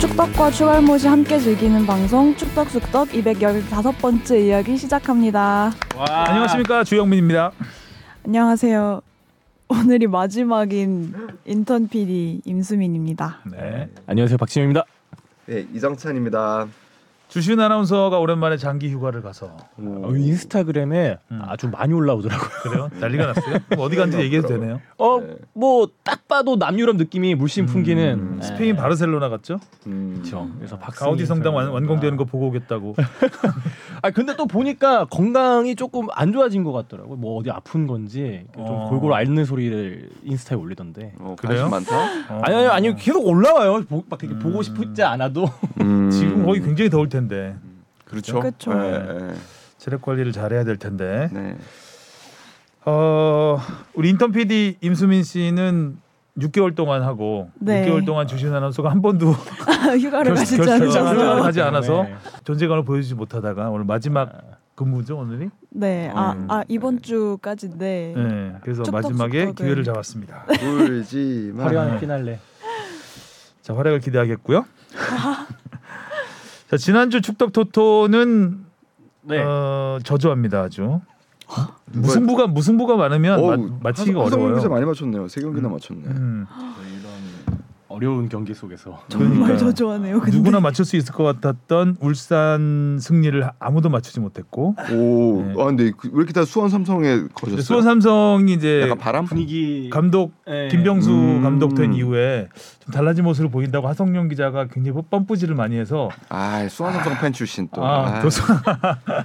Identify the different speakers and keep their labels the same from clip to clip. Speaker 1: 쑥떡과 추갈못이 함께 즐기는 방송 쑥떡쑥떡 215번째 이야기 시작합니다.
Speaker 2: 아. 안녕하십니까 주영민입니다.
Speaker 1: 안녕하세요. 오늘이 마지막인 인턴 PD 임수민입니다.
Speaker 2: 네.
Speaker 3: 안녕하세요 박진영입니다.
Speaker 4: 네 이정찬입니다.
Speaker 2: 주신 아나운서가 오랜만에 장기 휴가를 가서
Speaker 3: 어, 인스타그램에
Speaker 2: 음.
Speaker 3: 아주 많이 올라오더라고요.
Speaker 2: 그래요? 난리가 났어요. 그럼 어디 간지 얘기해도 되네요.
Speaker 3: 어 뭐 딱 봐도 남유럽 느낌이 물씬 풍기는
Speaker 2: 음,
Speaker 3: 네.
Speaker 2: 스페인 바르셀로나 갔죠?
Speaker 4: 음,
Speaker 3: 그렇죠. 그래서 박승희
Speaker 2: 가우디 성당 완,
Speaker 3: 선수가-
Speaker 2: 완공되는 거 보고 오겠다고.
Speaker 3: 아 근데 또 보니까 건강이 조금 안 좋아진 것 같더라고요. 뭐 어디 아픈 건지
Speaker 2: 어.
Speaker 3: 좀 골골 앓는 소리를 인스타에 올리던데.
Speaker 4: 어,
Speaker 2: 그래요?
Speaker 4: 관심 많다.
Speaker 2: 어. 음.
Speaker 3: 아니 아니 아니 계속 올라와요. 보, 막 이렇게 보고 싶지 않아도.
Speaker 2: 지금 거기 굉장히 더울 텐데
Speaker 4: 음, 그렇죠.
Speaker 1: 그쵸.
Speaker 4: 네,
Speaker 2: 체력 관리를 잘해야 될 텐데.
Speaker 4: 네.
Speaker 2: 어 우리 인턴 PD 임수민 씨는 6개월 동안 하고
Speaker 1: 네.
Speaker 2: 6개월 동안 주신 아나운서가 한 번도
Speaker 1: 휴가를
Speaker 2: 결-
Speaker 1: 가시지
Speaker 2: 결승
Speaker 1: 않으셔서.
Speaker 2: 결승을 하지 않아서 존재감을 보여주지 못하다가 오늘 마지막 근무죠 오늘이.
Speaker 1: 네, 아,
Speaker 4: 음.
Speaker 1: 아 이번 주까지인데
Speaker 2: 네. 그래서
Speaker 1: 촉촉촉촉
Speaker 2: 마지막에
Speaker 1: 촉촉을.
Speaker 2: 기회를 잡았습니다.
Speaker 4: 네. 울지
Speaker 2: 네.
Speaker 4: 마.
Speaker 3: 화려한 피날레.
Speaker 2: 자 활약을 기대하겠고요. 자 지난주 축덕 토토는
Speaker 3: 네.
Speaker 2: 어, 저조합니다 아주.
Speaker 4: 누가-
Speaker 2: 무승부가 무승부가 많으면
Speaker 4: 뭐. 어우,
Speaker 2: 마, 맞히기가
Speaker 4: 하성- 하성민
Speaker 2: 어려워요.
Speaker 4: 기자 많이 맞췄네요. 세 경기나 맞췄네.
Speaker 2: 음,
Speaker 3: 어려운 경기 속에서.
Speaker 1: 정말
Speaker 2: 그러니까요.
Speaker 1: 저조하네요. 근데
Speaker 2: 누구나 맞출 수 있을 것 같았던 울산 승리를 아무도 맞추지 못했고
Speaker 4: 오,
Speaker 2: 네.
Speaker 4: 아 근데 그- 왜 이렇게 다 수원 삼성에 거셨어요?
Speaker 2: 수원 삼성이 이제
Speaker 4: 약간 바람?
Speaker 3: 분위기
Speaker 2: 감독
Speaker 3: 예.
Speaker 2: 김병수
Speaker 4: 음.
Speaker 2: 감독 된 이후에 좀 달라진 모습을 보인다고 하성룡 기자가 굉장히 뻔뿌지를 많이 해서
Speaker 4: 아, 수원 삼성 팬 출신 또.
Speaker 2: 아, 도수,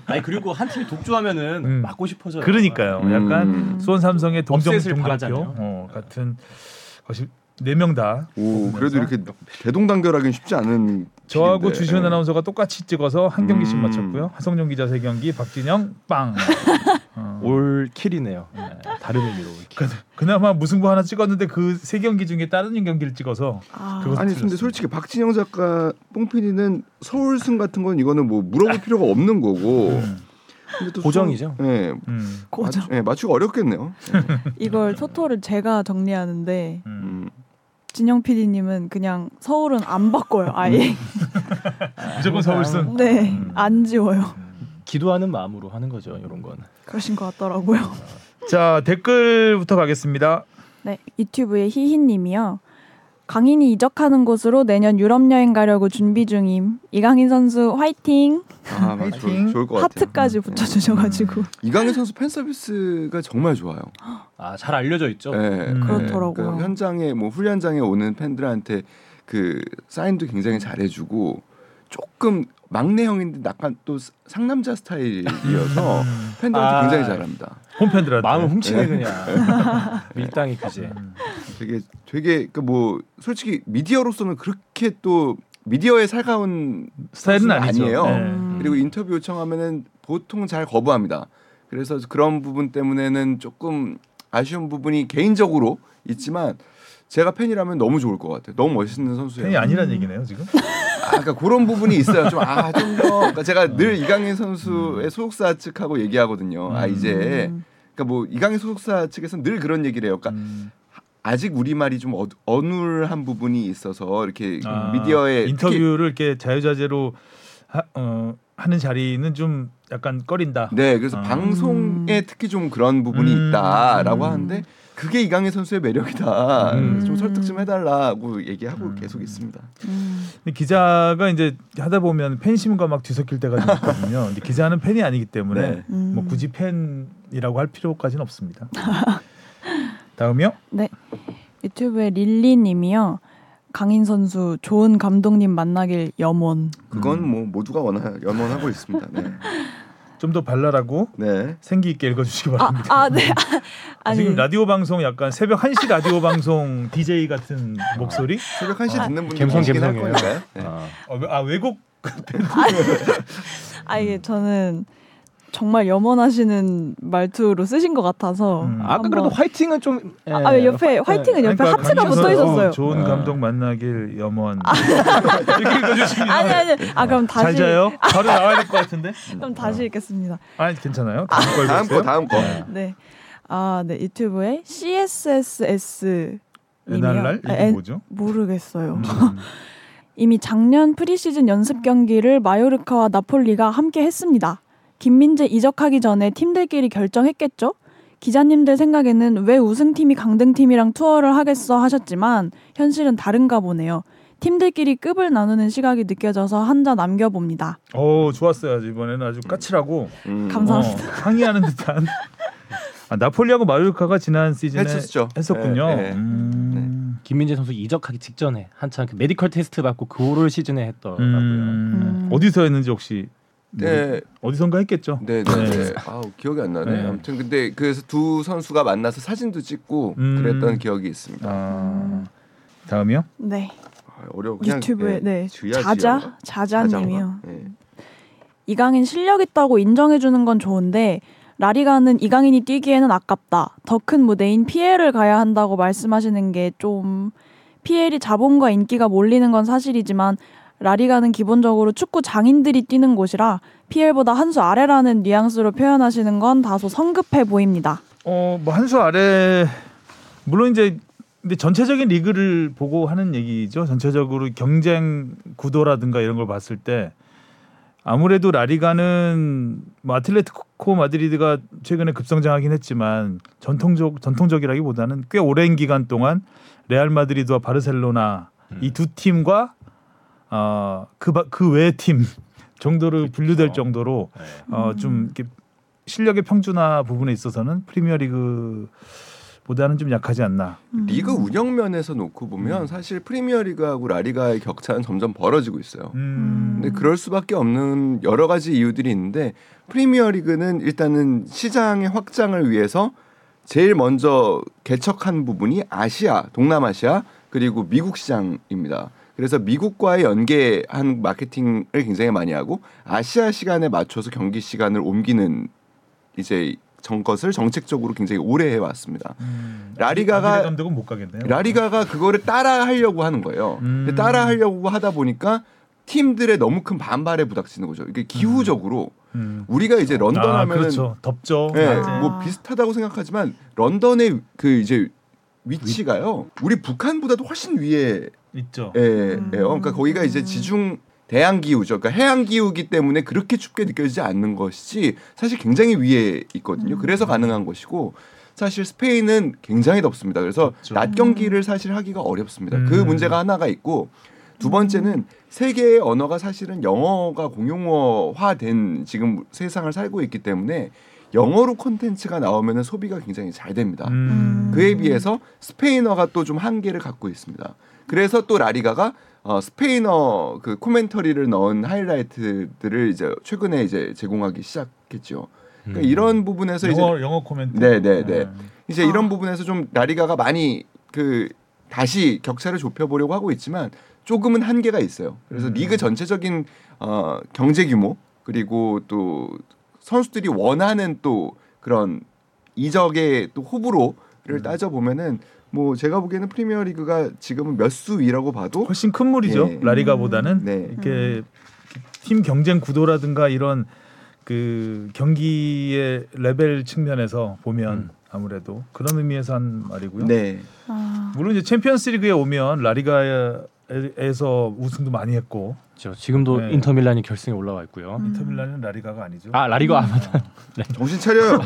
Speaker 3: 아니 그리고 한 팀이 독주하면은
Speaker 2: 음.
Speaker 3: 맞고 싶어져요.
Speaker 2: 그러니까요. 약간
Speaker 4: 음.
Speaker 2: 수원 삼성의 동정
Speaker 3: 업셋을
Speaker 2: 동정교
Speaker 3: 바라잖아요.
Speaker 2: 어, 같은 것이 네명 다.
Speaker 4: 오, 그래도
Speaker 2: 보면서
Speaker 4: 이렇게 대동단결하긴 쉽지 않은.
Speaker 2: 저하고
Speaker 4: 팀인데.
Speaker 2: 주시은
Speaker 4: 네.
Speaker 2: 아나운서가 똑같이 찍어서 한 경기씩
Speaker 4: 음.
Speaker 2: 맞췄고요. 하성룡 기자 세 경기, 박진영 빵. 어.
Speaker 3: 올 킬이네요. 네, 다른 의미로 올 킬.
Speaker 2: 그나마 무승부 하나 찍었는데 그 세 경기 중에 다른 경기를 찍어서
Speaker 1: 아,
Speaker 2: 그거-
Speaker 4: 네. 아니 근데 솔직히 박진영 작가 뽕피디는 서울승 같은 건 이거는 뭐 물어볼 필요가 없는 거고.
Speaker 2: 음,
Speaker 4: 근데 또
Speaker 3: 고정이죠.
Speaker 4: 수원- 네.
Speaker 2: 음,
Speaker 1: 고정.
Speaker 4: 맞추, 네, 맞추기 어렵겠네요. 네.
Speaker 1: 이걸 토토를 제가 정리하는데
Speaker 2: 음.
Speaker 4: 음.
Speaker 1: 진영 PD님은 그냥 서울은 안 바꿔요. 아예
Speaker 2: 무조건 서울승.
Speaker 1: 네, 안 지워요.
Speaker 3: 기도하는 마음으로 하는 거죠. 이런 건.
Speaker 1: 그러신 것 같더라고요.
Speaker 2: 자 댓글부터 가겠습니다.
Speaker 1: 네, 유튜브의 희희님이요. 강인이 이적하는 곳으로 내년 유럽 여행 가려고 준비 중임. 이강인 선수 화이팅!
Speaker 4: 아, 맞아.
Speaker 2: 화이팅.
Speaker 4: 좋을, 좋을 것
Speaker 2: 음.
Speaker 4: 같아요. 음.
Speaker 1: 하트까지 붙여주셔가지고
Speaker 4: 이강인 선수 팬 서비스가 정말 좋아요.
Speaker 3: 아 잘 알려져 있죠.
Speaker 4: 예, 예.
Speaker 1: 그렇더라고요.
Speaker 4: 그러니까 현장에 뭐 훈련장에 오는 팬들한테 그 사인도 굉장히 잘해주고 조금 막내형인데 약간 또 상남자 스타일이어서
Speaker 1: 음.
Speaker 4: 팬들한테
Speaker 3: 아.
Speaker 4: 굉장히 잘합니다.
Speaker 2: 홈팬들한테
Speaker 3: 마음을 훔치네 네. 그냥. 밀당이 그지. 아.
Speaker 4: 되게 되게 그 뭐 솔직히 미디어로서는 그렇게 또 미디어에 살가운
Speaker 2: 스타일은 아니죠.
Speaker 4: 아니에요.
Speaker 2: 네.
Speaker 1: 음.
Speaker 4: 그리고 인터뷰 요청하면은 보통 잘 거부합니다. 그래서 그런 부분 때문에는 조금 아쉬운 부분이 개인적으로 있지만 제가 팬이라면 너무 좋을 것 같아요. 너무 멋있는 선수예요.
Speaker 2: 팬이 아니란 얘기네요 지금.
Speaker 4: 아, 그러니까 그런 부분이 있어요. 좀 아, 좀 더. 그러니까 제가 늘 이강인 선수의 소속사 측하고 얘기하거든요.
Speaker 2: 음.
Speaker 4: 아, 이제 그러니까 뭐 이강인 소속사 측에서는 늘 그런 얘기를 해요. 그러니까
Speaker 2: 음.
Speaker 4: 아직 우리 말이 좀 어, 어눌한 부분이 있어서 이렇게
Speaker 2: 아,
Speaker 4: 미디어에 특히-
Speaker 2: 인터뷰를 이렇게 자유자재로 하, 어, 하는 자리는 좀 약간 꺼린다.
Speaker 4: 네, 그래서
Speaker 2: 아.
Speaker 4: 방송에 특히 좀 그런 부분이
Speaker 2: 음.
Speaker 4: 있다라고 하는데 그게 이강인 선수의 매력이다.
Speaker 2: 음.
Speaker 4: 좀 설득 좀 해달라고 얘기하고 계속 있습니다.
Speaker 2: 근데 기자가 이제 하다 보면 팬심과 막 뒤섞일 때가 좀 있거든요. 근데 기자는 팬이 아니기 때문에
Speaker 4: 네.
Speaker 1: 음.
Speaker 2: 뭐 굳이 팬이라고 할 필요까지는 없습니다. 다음이요.
Speaker 1: 네 유튜브의 릴리님이요. 강인 선수 좋은 감독님 만나길 염원.
Speaker 4: 그건 뭐 모두가 원하 염원하고 있습니다. 네,
Speaker 2: 좀 더 발랄하고
Speaker 4: 네.
Speaker 2: 생기 있게 읽어주시기
Speaker 1: 아,
Speaker 2: 바랍니다.
Speaker 1: 아 네. 아니
Speaker 2: 음. 지금 라디오 방송 약간 새벽 1시 라디오 방송 DJ 같은 목소리?
Speaker 4: 새벽 1시에 듣는 분들
Speaker 3: 갬성,
Speaker 4: 계시긴 할
Speaker 3: 갬성이에요.
Speaker 4: 거니까요. 네.
Speaker 3: 아,
Speaker 2: 어, 아 외국
Speaker 1: 아
Speaker 2: 음.
Speaker 1: 이게 저는 정말 염원하시는 말투로 쓰신 것 같아서
Speaker 2: 음.
Speaker 3: 아까
Speaker 1: 한번-
Speaker 3: 그래도 화이팅은 좀. 예.
Speaker 1: 아, 아, 옆에 화이팅은 옆에
Speaker 2: 그러니까
Speaker 1: 하트가
Speaker 2: 강민선
Speaker 1: 붙어
Speaker 2: 어,
Speaker 1: 있었어요. 아,
Speaker 2: 좋은
Speaker 4: 네.
Speaker 3: 아.
Speaker 2: 감독 만나길 염원. 이렇게 읽어주시면
Speaker 1: 아니 아니 아 그럼 다시
Speaker 2: 잘 자요. 어. 바로 나와야 될 것 같은데.
Speaker 1: 그럼 다시 읽겠습니다.
Speaker 2: 아니 괜찮아요. 다음 거
Speaker 4: 다음 거
Speaker 2: 읽어주세요.
Speaker 4: 다음 거.
Speaker 1: 네. 아, 네. 유튜브에 CSSS 님이요.
Speaker 2: 옛날날
Speaker 1: 아,
Speaker 2: 이게
Speaker 1: 엔-
Speaker 2: 뭐죠?
Speaker 1: 모르겠어요.
Speaker 2: 음.
Speaker 1: 이미 작년 프리시즌 연습 경기를 마요르카와 나폴리가 함께 했습니다. 김민재 이적하기 전에 팀들끼리 결정했겠죠? 기자님들 생각에는 왜 우승팀이 강등팀이랑 투어를 하겠어 하셨지만 현실은 다른가 보네요. 팀들끼리 급을 나누는 시각이 느껴져서 한자 남겨봅니다.
Speaker 2: 어 좋았어요. 아주 이번에는 아주 까칠하고
Speaker 4: 음.
Speaker 1: 감사- 감사합니다.
Speaker 2: 어, 항의하는 듯한. 아, 나폴리하고 마요르카가 지난 시즌에
Speaker 4: 했었죠.
Speaker 2: 했었군요.
Speaker 4: 예, 예.
Speaker 2: 음.
Speaker 3: 김민재 선수 이적하기 직전에 한창 그 메디컬 테스트 받고 그 오를 시즌에 했더라고요.
Speaker 2: 음.
Speaker 1: 음.
Speaker 2: 어디서 했는지 혹시 모르-
Speaker 4: 네,
Speaker 2: 어디선가 했겠죠.
Speaker 4: 네, 네. 네. 아우 기억이 안 나네.
Speaker 2: 네.
Speaker 4: 아무튼 근데 그래서 두 선수가 만나서 사진도 찍고
Speaker 2: 음.
Speaker 4: 그랬던 기억이 있습니다.
Speaker 2: 아, 다음이요.
Speaker 1: 네.
Speaker 4: 아, 어려워. 그냥,
Speaker 1: 유튜브에
Speaker 4: 예,
Speaker 1: 네.
Speaker 4: 지우야,
Speaker 1: 자자
Speaker 4: 지우야.
Speaker 1: 자자님이요.
Speaker 4: 자자인가? 예.
Speaker 1: 이강인 실력 있다고 인정해 주는 건 좋은데 라리가는 이강인이 뛰기에는 아깝다. 더 큰 무대인 피엘을 가야 한다고 말씀하시는 게 좀 피엘이 자본과 인기가 몰리는 건 사실이지만 라리가는 기본적으로 축구 장인들이 뛰는 곳이라 피엘보다 한 수 아래라는 뉘앙스로 표현하시는 건 다소 성급해 보입니다.
Speaker 2: 어, 뭐 한 수 아래 물론 이제 근데 전체적인 리그를 보고 하는 얘기죠. 전체적으로 경쟁 구도라든가 이런 걸 봤을 때 아무래도 라리가는 뭐 아틀레티코 마드리드가 최근에 급성장하긴 했지만 전통적 전통적이라기보다는 꽤 오랜 기간 동안 레알 마드리드와 바르셀로나 이 두 팀과 어그그 외 팀 정도로 분류될 정도로 어, 좀 이렇게 실력의 평준화 부분에 있어서는 프리미어리그보다는 좀 약하지 않나.
Speaker 1: 음.
Speaker 4: 리그 운영 면에서 놓고 보면 사실 프리미어리그하고 라리가의 격차는 점점 벌어지고 있어요. 음.
Speaker 2: 음.
Speaker 4: 근데 그럴 수밖에 없는 여러 가지 이유들이 있는데 프리미어리그는 일단은 시장의 확장을 위해서 제일 먼저 개척한 부분이 아시아, 동남아시아 그리고 미국 시장입니다. 그래서 미국과의 연계한 마케팅을 굉장히 많이 하고 아시아 시간에 맞춰서 경기 시간을 옮기는 이제 정 것을 정책적으로 굉장히 오래 해왔습니다. 라리가가-
Speaker 2: 아기레 음. 감독은 못 가겠네요.
Speaker 4: 라리가가 그거를 따라하려고 하는 거예요.
Speaker 2: 음.
Speaker 4: 근데 따라하려고 하다 보니까 팀들의 너무 큰 반발에 부닥치는 거죠. 이게 기후적으로
Speaker 2: 음.
Speaker 4: 우리가 이제 런던
Speaker 2: 아,
Speaker 4: 하면은
Speaker 2: 그렇죠. 덥죠.
Speaker 4: 예,
Speaker 2: 낮에.
Speaker 1: 맞아요.
Speaker 4: 뭐 비슷하다고 생각하지만 런던의 그 이제 위치가요. 우리 북한보다도 훨씬 위에
Speaker 2: 있죠.
Speaker 4: 예, 예요. 그러니까 거기가 이제 지중 대양 기후죠. 그러니까 해양 기후기 때문에 그렇게 춥게 느껴지지 않는 것이지 사실 굉장히 위에 있거든요. 그래서 가능한 것이고 사실 스페인은 굉장히 덥습니다. 그래서
Speaker 2: 덥죠.
Speaker 4: 낮 경기를 사실 하기가 어렵습니다. 그
Speaker 2: 그렇죠. 음.
Speaker 4: 문제가 하나가 있고 두 번째는 세계의 언어가 사실은 영어가 공용어화된 지금 세상을 살고 있기 때문에 영어로 콘텐츠가 나오면 소비가 굉장히 잘 됩니다.
Speaker 2: 음.
Speaker 4: 그에 비해서 스페인어가 또 좀 한계를 갖고 있습니다. 그래서 또 라리가가 어, 스페인어 그 코멘터리를 넣은 하이라이트들을 이제 최근에 이제 제공하기 시작했죠.
Speaker 3: 음.
Speaker 4: 그러니까 이런 부분에서
Speaker 2: 영어
Speaker 4: 이제
Speaker 2: 영어 코멘트.
Speaker 4: 네, 네, 네. 이제
Speaker 1: 아.
Speaker 2: 어.
Speaker 4: 이런 부분에서 좀 라리가가 많이 그 다시 격차를 좁혀보려고 하고 있지만 조금은 한계가 있어요. 그래서
Speaker 2: 음.
Speaker 4: 리그 전체적인 어, 경제 규모 그리고 또 선수들이 원하는 또 그런 이적의 또 호불호를
Speaker 2: 음.
Speaker 4: 따져 보면은 뭐 제가 보기에는 프리미어 리그가 지금은 몇 수 위라고 봐도
Speaker 2: 훨씬 큰 물이죠.
Speaker 4: 예.
Speaker 2: 라리가보다는
Speaker 4: 네.
Speaker 2: 이렇게 팀 경쟁 구도라든가 이런 그 경기의 레벨 측면에서 보면
Speaker 3: 음.
Speaker 2: 아무래도 그런 의미에서 한 말이고요.
Speaker 4: 네.
Speaker 1: 아,
Speaker 2: 물론 이제 챔피언스리그에 오면 라리가에서 우승도 많이 했고
Speaker 3: 그렇죠. 지금도
Speaker 2: 네.
Speaker 3: 인터밀란이 결승에 올라와 있고요.
Speaker 2: 인터밀란은 라리가가 아니죠.
Speaker 3: 아 라리가 아 맞다.
Speaker 4: 정신 차려요.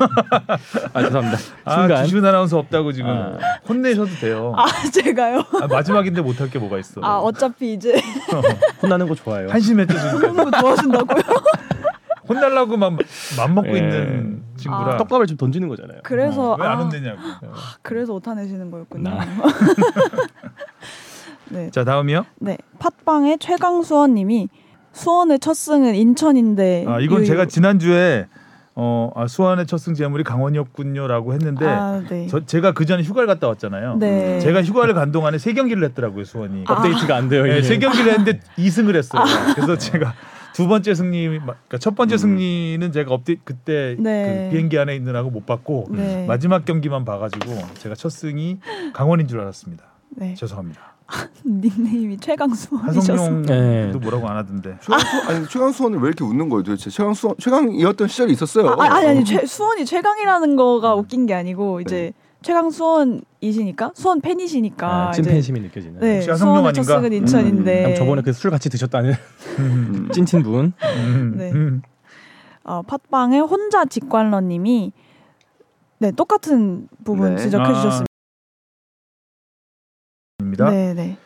Speaker 3: 아 죄송합니다.
Speaker 2: 아,
Speaker 3: 순간
Speaker 2: 주준 아나운서 없다고 지금
Speaker 3: 아.
Speaker 2: 혼내셔도 돼요.
Speaker 1: 아, 제가요.
Speaker 2: 아, 마지막인데 못할 게 뭐가 있어.
Speaker 1: 아 어차피 이제
Speaker 3: 혼나는 거 좋아해요.
Speaker 2: 한심했죠 지금.
Speaker 1: 그런 거 좋아하신다고요?
Speaker 2: 혼날라고 맘, 맘 먹고
Speaker 3: 예.
Speaker 2: 있는 친구라. 어,
Speaker 1: 아.
Speaker 3: 떡밥을 좀 던지는 거잖아요.
Speaker 1: 그래서
Speaker 2: 왜안
Speaker 1: 아,
Speaker 2: 혼내냐고.
Speaker 1: 그래서 오타내시는 거였군요.
Speaker 3: 나.
Speaker 1: 네,
Speaker 2: 자 다음이요.
Speaker 1: 네. 팟빵의 최강수원님이 수원의 첫 승은 인천인데.
Speaker 2: 아 이건
Speaker 1: 유유.
Speaker 2: 제가 지난 주에 어 아, 수원의 첫 승제물이 강원이었군요라고 했는데
Speaker 1: 아, 네.
Speaker 2: 저, 제가 그 전에 휴가를 갔다 왔잖아요.
Speaker 1: 네. 아,
Speaker 2: 제가 휴가를 간 동안에 세 경기를 했더라고요 수원이.
Speaker 3: 아. 업데이트가 안 돼요.
Speaker 1: 예.
Speaker 2: 네,
Speaker 3: 이게.
Speaker 2: 세 경기를 했는데 2승을 했어요. 그래서 제가 두 번째 승리, 그러니까 첫 번째 승리는 제가 업데이 그때
Speaker 1: 음. 네.
Speaker 2: 그 비행기 안에 있느라고 못 봤고
Speaker 1: 네.
Speaker 2: 마지막 경기만 봐가지고 제가 첫 승이 강원인 줄 알았습니다.
Speaker 1: 네.
Speaker 2: 죄송합니다.
Speaker 1: 닉네임이 최강수원이셨습니다.
Speaker 2: 한성룡도
Speaker 3: 네.
Speaker 2: 뭐라고 안 하던데.
Speaker 4: 최강수 아니 최강수원을 왜 이렇게 웃는 거예요? 도대체 최강수 최강이었던 시절이 있었어요.
Speaker 2: 음. 네.
Speaker 1: 아, 아니 아니 최, 수원이 최강이라는 거가 웃긴 게 아니고 이제 최강 수원이시니까 수원 팬이시니까
Speaker 3: 아,
Speaker 1: 이제
Speaker 3: 찐팬심이 느껴지는.
Speaker 1: 네,
Speaker 2: 혹시
Speaker 1: 수원
Speaker 2: 한성룡
Speaker 1: 해처스는
Speaker 2: 아닌가?
Speaker 1: 인천인데
Speaker 3: 그럼 저번에 그 술 같이 드셨다는
Speaker 2: 음,
Speaker 4: 음.
Speaker 3: 찐친 분.
Speaker 2: 음,
Speaker 1: 네.
Speaker 2: 음.
Speaker 1: 어, 팟빵의 혼자 직관러님이 네 똑같은 부분
Speaker 4: 네.
Speaker 1: 지적해
Speaker 2: 아,
Speaker 1: 주셨습니다.
Speaker 2: 입니다.
Speaker 1: 네, 네.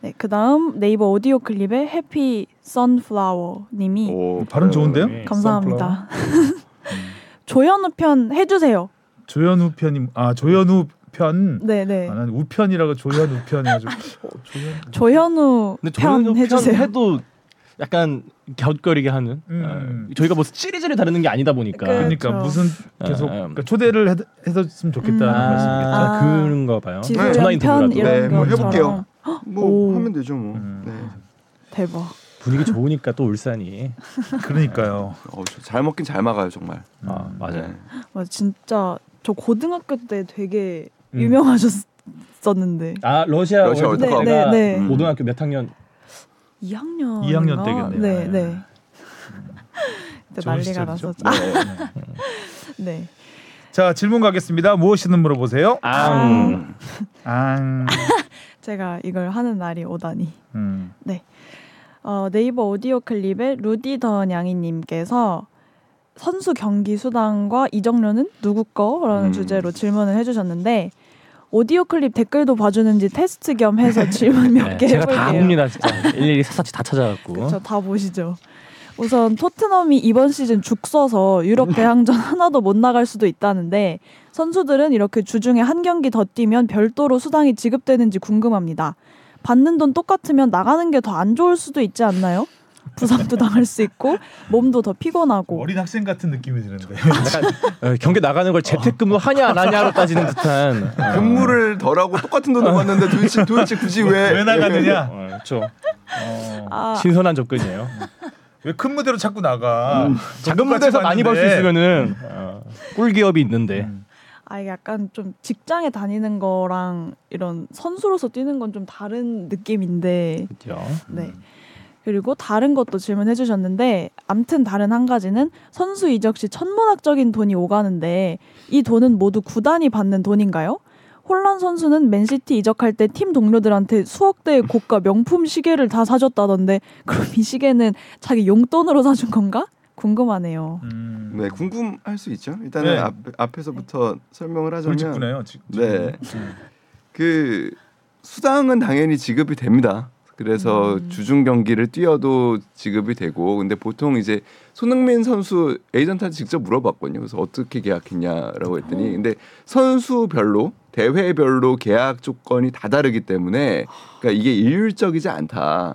Speaker 1: 네, 그다음 네이버 오디오 클립의 해피 선플라워 님이
Speaker 2: 어,
Speaker 4: 오, 네. 음.
Speaker 2: 발음 좋은데요?
Speaker 1: 네. 감사합니다. 조현우 편해 주세요.
Speaker 2: 조현우 편이 아 조현우 편.
Speaker 1: 네, 네. 어,
Speaker 2: 아, 난 우편이라고 조현우 편 해가지고 조현.
Speaker 1: 조현우
Speaker 3: 근데 저는
Speaker 1: 편해 주세요.
Speaker 3: 해도 약간 곁거리게 하는.
Speaker 2: 음.
Speaker 3: 아, 저희가 뭐 찌리찌리 다루는 게 아니다 보니까.
Speaker 1: 그-
Speaker 2: 그러니까
Speaker 1: 그렇죠.
Speaker 2: 무슨 계속
Speaker 3: 아, 아.
Speaker 2: 그러니까 초대를 해, 해줬으면 좋겠다는
Speaker 1: 음.
Speaker 2: 말씀이겠죠.
Speaker 1: 아.
Speaker 3: 아, 그런가 봐요. 네.
Speaker 1: 지소연
Speaker 4: 전화
Speaker 1: 편
Speaker 3: 인터뷰라도.
Speaker 1: 이런
Speaker 4: 네, 뭐
Speaker 1: 것처럼
Speaker 4: 해볼게요. 뭐
Speaker 1: 오.
Speaker 4: 하면 되죠 뭐.
Speaker 2: 음.
Speaker 4: 네.
Speaker 1: 대박.
Speaker 3: 분위기 좋으니까 또 울산이.
Speaker 2: 그러니까요.
Speaker 4: 어, 저잘 먹긴 잘 막아요 정말.
Speaker 2: 음.
Speaker 3: 아 맞아요.
Speaker 4: 네.
Speaker 1: 와 진짜 저 고등학교 때 되게
Speaker 3: 음.
Speaker 1: 유명하셨었는데
Speaker 3: 아 러시아
Speaker 4: 러시아
Speaker 3: 월드컵 음.
Speaker 1: 월드컵. 네, 네,
Speaker 4: 네.
Speaker 3: 고등학교 몇 학년
Speaker 1: 2학년
Speaker 2: 2학년 때겠네요.
Speaker 1: 네, 네.
Speaker 2: 네.
Speaker 4: 음.
Speaker 1: 그때
Speaker 2: 좋은
Speaker 1: 난리가
Speaker 2: 시절이죠.
Speaker 1: 났었죠. 아,
Speaker 4: 네.
Speaker 1: 네.
Speaker 2: 자 질문 가겠습니다. 무엇이든 물어보세요.
Speaker 1: 앙.
Speaker 4: 음.
Speaker 3: 앙
Speaker 2: 앙.
Speaker 1: 제가 이걸 하는 날이 오다니.
Speaker 2: 음.
Speaker 1: 어, 네이버 오디오 클립의 루디 더 냥이님께서 선수 경기 수당과 이적료는 누구 거라는
Speaker 4: 음.
Speaker 1: 주제로 질문을 해주셨는데 오디오 클립 댓글도 봐주는지 테스트 겸 해서 질문 몇
Speaker 3: 네,
Speaker 1: 개
Speaker 3: 제가
Speaker 1: 해볼게요.
Speaker 3: 다 봅니다 진짜 일일이 사사치 다 찾아갖고
Speaker 1: 그렇죠, 다 보시죠. 우선 토트넘이 이번 시즌 죽 써서 유럽 대항전 하나도 못 나갈 수도 있다는데 선수들은 이렇게 주중에 한 경기 더 뛰면 별도로 수당이 지급되는지 궁금합니다. 받는 돈 똑같으면 나가는 게 더 안 좋을 수도 있지 않나요? 부상도 당할 수 있고 몸도 더 피곤하고
Speaker 2: 어린 학생 같은 느낌이 드는데.
Speaker 3: 어, 경기 나가는 걸 재택근무 하냐 안 하냐로 따지는 듯한 어,
Speaker 4: 근무를 덜하고 똑같은 돈을 받는데 도대체, 도대체 굳이 왜?
Speaker 2: 왜 나가느냐?
Speaker 3: 어, 그렇죠
Speaker 1: 아,
Speaker 3: 신선한 접근이에요
Speaker 2: 왜 큰 무대로 자꾸 나가?
Speaker 3: 음. 작은 무대에서 많이 벌 수
Speaker 4: 음.
Speaker 3: 있으면은 어, 꿀기업이 있는데
Speaker 1: 아 이게 약간 좀 직장에 다니는 거랑 이런 선수로서 뛰는 건 좀 다른 느낌인데
Speaker 3: 그죠
Speaker 1: 네.
Speaker 4: 음.
Speaker 1: 그리고 다른 것도 질문해 주셨는데 암튼 다른 한 가지는 선수 이적 시 천문학적인 돈이 오가는데 이 돈은 모두 구단이 받는 돈인가요? 홀란 선수는 맨시티 이적할 때 팀 동료들한테 수억대의 고가 명품 시계를 다 사줬다던데 그럼 이 시계는 자기 용돈으로 사준 건가? 궁금하네요.
Speaker 2: 음.
Speaker 4: 네, 궁금할 수 있죠. 일단은
Speaker 2: 네.
Speaker 4: 앞, 앞에서부터 설명을 하자면
Speaker 2: 돌직구네요. 지-
Speaker 4: 네.
Speaker 2: 지금.
Speaker 4: 그 수당은 당연히 지급이 됩니다. 그래서
Speaker 1: 음.
Speaker 4: 주중 경기를 뛰어도 지급이 되고 근데 보통 이제 손흥민 선수 에이전트한테 직접 물어봤거든요. 그래서 어떻게 계약했냐라고 했더니 근데 선수별로 대회별로 계약 조건이 다 다르기 때문에 그러니까 이게 일률적이지 않다.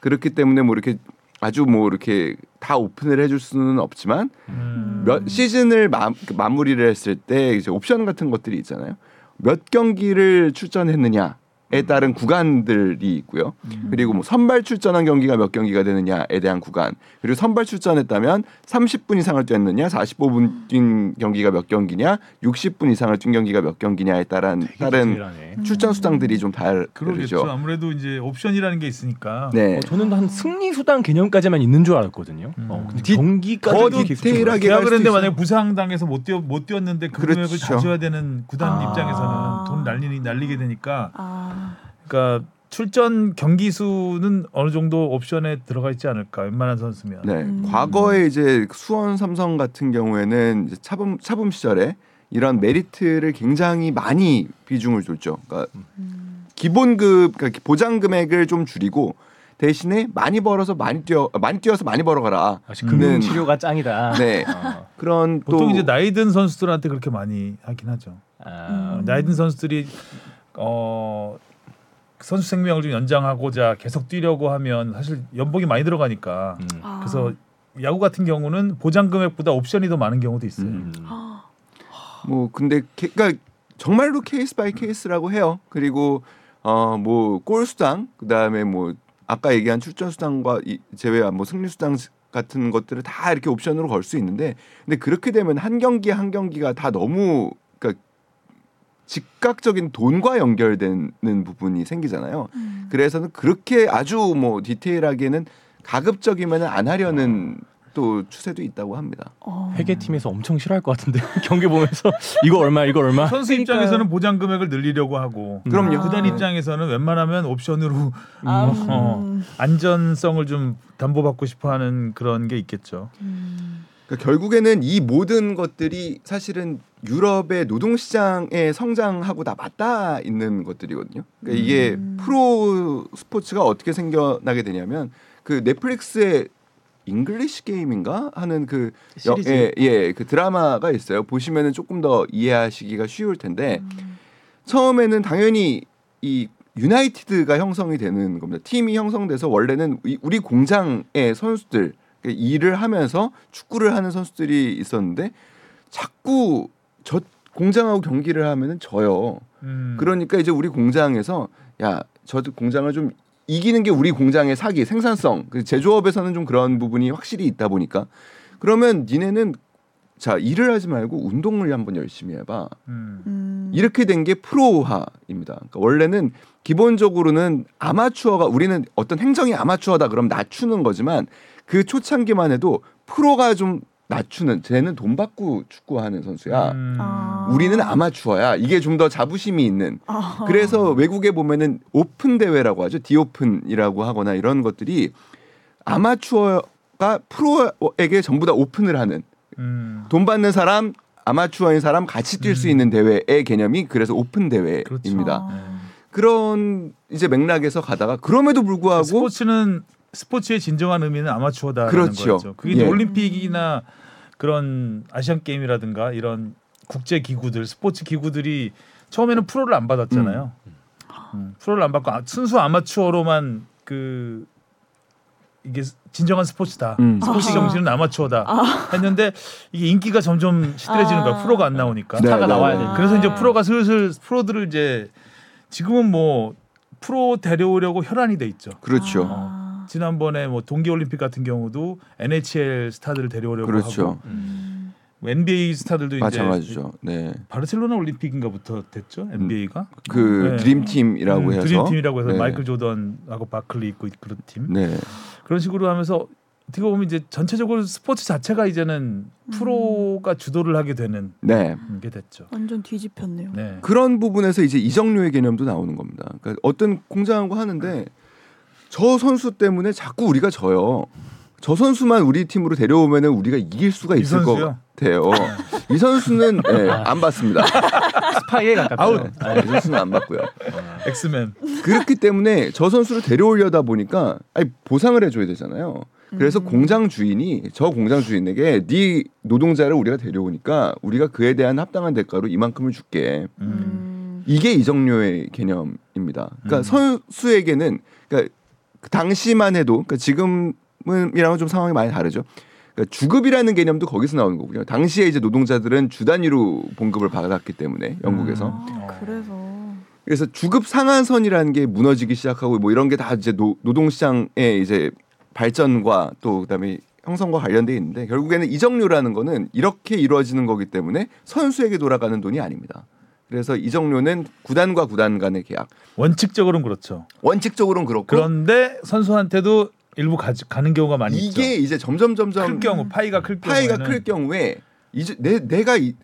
Speaker 4: 그렇기 때문에 뭐 이렇게 아주 뭐 이렇게 다 오픈을 해줄 수는 없지만
Speaker 2: 음.
Speaker 4: 몇 시즌을 마, 그 마무리를 했을 때 이제 옵션 같은 것들이 있잖아요. 몇 경기를 출전했느냐에 따른 구간들이 있고요.
Speaker 2: 음.
Speaker 4: 그리고 뭐 선발 출전한 경기가 몇 경기가 되느냐에 대한 구간. 그리고 선발 출전했다면 30분 이상을 뛰었느냐, 45분 뛴 경기가 몇 경기냐, 60분 이상을 뛴 경기가 몇 경기냐에 따른 다른
Speaker 3: 디테일하네.
Speaker 4: 출전 수당들이 좀
Speaker 2: 그러겠죠.
Speaker 4: 다르죠.
Speaker 2: 아무래도 이제 옵션이라는 게 있으니까.
Speaker 4: 네.
Speaker 3: 어, 저는 한 승리 수당 개념까지만 있는 줄 알았거든요
Speaker 2: 음.
Speaker 3: 어, 근데
Speaker 4: 디-
Speaker 3: 경기까지
Speaker 4: 더
Speaker 3: 이렇게 있을 줄
Speaker 4: 디테일하게
Speaker 3: 몰랐어요.
Speaker 4: 할
Speaker 2: 계약을
Speaker 4: 수도
Speaker 2: 했는데
Speaker 4: 있어요.
Speaker 2: 만약에 부상당해서 못 뛰어 못 뛰었는데 그 금액을
Speaker 4: 그렇죠.
Speaker 2: 가져야 되는 구단
Speaker 3: 아.
Speaker 2: 입장에서는 돈 날리니 날리게 되니까
Speaker 1: 아,
Speaker 2: 그러니까 출전 경기 수는 어느 정도 옵션에 들어가 있지 않을까 웬만한 선수면
Speaker 4: 네,
Speaker 1: 음.
Speaker 4: 과거에 이제 수원 삼성 같은 경우에는 이제 차붐 차붐 시절에 이런 메리트를 굉장히 많이 비중을 줬죠. 그러니까
Speaker 2: 음.
Speaker 4: 기본급 그러니까 보장 금액을 좀 줄이고 대신에 많이 벌어서 많이 뛰어 아, 많이 뛰어서 많이 벌어가라.
Speaker 3: 역시 금융 치료가 짱이다
Speaker 4: 네,
Speaker 3: 어.
Speaker 4: 그런 또
Speaker 2: 아. 보통 이제 나이 든 선수들한테 그렇게 많이 하긴 하죠.
Speaker 3: 아,
Speaker 1: 음.
Speaker 2: 나이 든 선수들이 어 선수 생명을 좀 연장하고자 계속 뛰려고 하면 사실 연봉이 많이 들어가니까
Speaker 3: 음.
Speaker 1: 아.
Speaker 2: 그래서 야구 같은 경우는 보장 금액보다 옵션이 더 많은 경우도 있어요.
Speaker 4: 음.
Speaker 1: 아,
Speaker 4: 뭐 근데 게, 그러니까 정말로 케이스 바이 케이스라고 해요. 그리고 어 뭐 골 수당 그다음에 뭐 아까 얘기한 출전 수당과 이- 제외한 뭐 승리 수당 같은 것들을 다 이렇게 옵션으로 걸 수 있는데 근데 그렇게 되면 한 경기 한 경기가 다 너무 그러니까 즉각적인 돈과 연결되는 부분이 생기잖아요.
Speaker 1: 음.
Speaker 4: 그래서는 그렇게 아주 뭐 디테일하게는 가급적이면 안 하려는 또 추세도 있다고 합니다.
Speaker 1: 어.
Speaker 2: 음.
Speaker 3: 회계팀에서 엄청 싫어할 것 같은데 경기 보면서 이거 얼마 이거 얼마
Speaker 4: 네,
Speaker 2: 선수
Speaker 1: 아, 그러니까요.
Speaker 2: 입장에서는 보장 금액을 늘리려고 하고
Speaker 3: 음.
Speaker 4: 그럼요.
Speaker 1: 아.
Speaker 2: 구단
Speaker 1: 네.
Speaker 2: 입장에서는 웬만하면 옵션으로
Speaker 1: 아, 음.
Speaker 2: 어, 안전성을 좀 담보받고 싶어하는 그런 게 있겠죠.
Speaker 1: 음.
Speaker 4: 그러니까 결국에는 이 모든 것들이 사실은 유럽의 노동 시장의 성장하고 다 맞닿아 있는 것들이거든요. 그러니까 이게
Speaker 1: 음.
Speaker 4: 프로 스포츠가 어떻게 생겨나게 되냐면 그 넷플릭스의 잉글리시 게임인가 하는 그 여-
Speaker 3: 시리즈.
Speaker 4: 예, 예, 그 드라마가 있어요. 보시면은 조금 더 이해하시기가 쉬울 텐데
Speaker 3: 음.
Speaker 4: 처음에는 당연히 이 유나이티드가 형성이 되는 겁니다. 팀이 형성돼서 원래는 이- 우리 공장의 선수들 그 일을 하면서 축구를 하는 선수들이 있었는데 자꾸 저 공장하고 경기를 하면은 져요.
Speaker 2: 음.
Speaker 4: 그러니까 이제 우리 공장에서 야 저 공장을 좀 이기는 게 우리 공장의 사기 생산성 그 제조업에서는 좀 그런 부분이 확실히 있다 보니까 그러면 니네는 자 일을 하지 말고 운동을 한번 열심히 해봐
Speaker 2: 음.
Speaker 1: 음.
Speaker 4: 이렇게 된 게 프로화입니다. 그러니까 원래는 기본적으로는 아마추어가 우리는 어떤 행정이 아마추어다 그럼 낮추는 거지만 그 초창기만 해도 프로가 좀 낮추는 쟤는 돈 받고 축구하는 선수야.
Speaker 2: 음.
Speaker 1: 아.
Speaker 4: 우리는 아마추어야. 이게 좀 더 자부심이 있는.
Speaker 1: 아.
Speaker 4: 그래서 외국에 보면은 오픈 대회라고 하죠. 디오픈이라고 하거나 이런 것들이 아마추어가 프로에게 전부 다 오픈을 하는
Speaker 2: 음.
Speaker 4: 돈 받는 사람 아마추어인 사람 같이 뛸 수
Speaker 2: 음.
Speaker 4: 있는 대회의 개념이 그래서 오픈 대회입니다.
Speaker 1: 그렇죠.
Speaker 4: 그런 이제 맥락에서 가다가 그럼에도 불구하고
Speaker 2: 스포츠는 스포츠의 진정한 의미는 아마추어다라는
Speaker 4: 그렇죠.
Speaker 2: 거죠. 그게 이제
Speaker 4: 예.
Speaker 2: 올림픽이나 그런 아시안 게임이라든가 이런 국제 기구들, 스포츠 기구들이 처음에는 프로를 안 받았잖아요. 음, 프로를 안 받고 아- 순수 아마추어로만 그 이게 진정한 스포츠다.
Speaker 4: 음.
Speaker 2: 스포츠
Speaker 1: 아하.
Speaker 2: 정신은 아마추어다 했는데 이게 인기가 점점 시들해지는 거야.
Speaker 1: 아.
Speaker 2: 프로가 안 나오니까.
Speaker 4: 스타가 네,
Speaker 3: 나와야
Speaker 4: 네. 되니까.
Speaker 2: 그래서 이제
Speaker 1: 아.
Speaker 2: 프로가 슬슬 프로들을 이제 지금은 뭐 프로 데려오려고 혈안이 돼 있죠.
Speaker 4: 그렇죠.
Speaker 1: 아.
Speaker 2: 지난번에 뭐 동계 올림픽 같은 경우도 NHL 스타들을 데려오려고
Speaker 4: 그렇죠.
Speaker 2: 하고 뭐 NBA 스타들도 이제
Speaker 4: 마찬가지죠. 네.
Speaker 2: 바르셀로나 올림픽인가부터 됐죠. NBA가
Speaker 4: 그
Speaker 2: 네.
Speaker 4: 드림팀이라고 해서
Speaker 2: 드림팀이라고 해서
Speaker 4: 네.
Speaker 2: 마이클 조던하고 바클리 있고 그런 팀
Speaker 4: 네.
Speaker 2: 그런 식으로 하면서 어떻게 보면 이제 전체적으로 스포츠 자체가 이제는
Speaker 1: 음.
Speaker 2: 프로가 주도를 하게 되는
Speaker 4: 네.
Speaker 2: 게 됐죠.
Speaker 1: 완전 뒤집혔네요.
Speaker 2: 네.
Speaker 4: 그런 부분에서 이제 이정료의 개념도 나오는 겁니다. 그러니까 어떤 공장하고
Speaker 2: 네.
Speaker 4: 하는데 저 선수 때문에 자꾸 우리가 져요. 저 선수만 우리 팀으로 데려오면은 우리가 이길 수가
Speaker 2: 이
Speaker 4: 있을 것
Speaker 2: 선수요?
Speaker 4: 같아요. 이 선수는 네, 안 받습니다.
Speaker 3: 그 스파이에 가깝다.
Speaker 4: 아웃. 이 선수는 안 받고요.
Speaker 2: 엑스맨. 음.
Speaker 4: 그렇기 때문에 저 선수를 데려오려다 보니까 아니 보상을 해줘야 되잖아요. 그래서 공장 주인이 저 공장 주인에게 네 노동자를 우리가 데려오니까 우리가 그에 대한 합당한 대가로 이만큼을 줄게.
Speaker 2: 음.
Speaker 1: 음.
Speaker 4: 이게 이정료의 개념입니다. 그러니까
Speaker 2: 음.
Speaker 4: 선수에게는 그러니까 그 당시만 해도 그러니까 지금이랑은 좀 상황이 많이 다르죠. 그러니까 주급이라는 개념도 거기서 나오는 거고요. 당시에 이제 노동자들은 주 단위로 봉급을 받았기 때문에 영국에서
Speaker 1: 아, 그래서
Speaker 4: 그래서 주급 상한선이라는 게 무너지기 시작하고 뭐 이런 게 다 이제 노, 노동시장의 이제 발전과 또 그다음에 형성과 관련돼 있는데 결국에는 이정료라는 거는 이렇게 이루어지는 거기 때문에 선수에게 돌아가는 돈이 아닙니다. 그래서 이정료는 구단과 구단 간의 계약.
Speaker 2: 원칙적으로는 그렇죠.
Speaker 4: 원칙적으로는 그렇고
Speaker 2: 그런데 선수한테도 일부 가, 가는 경우가 많이 있죠.
Speaker 4: 이게 이제 점점 점점
Speaker 2: 클 경우 파이가 클 경우
Speaker 4: 파이가 클 경우에 이제 내 내가 이,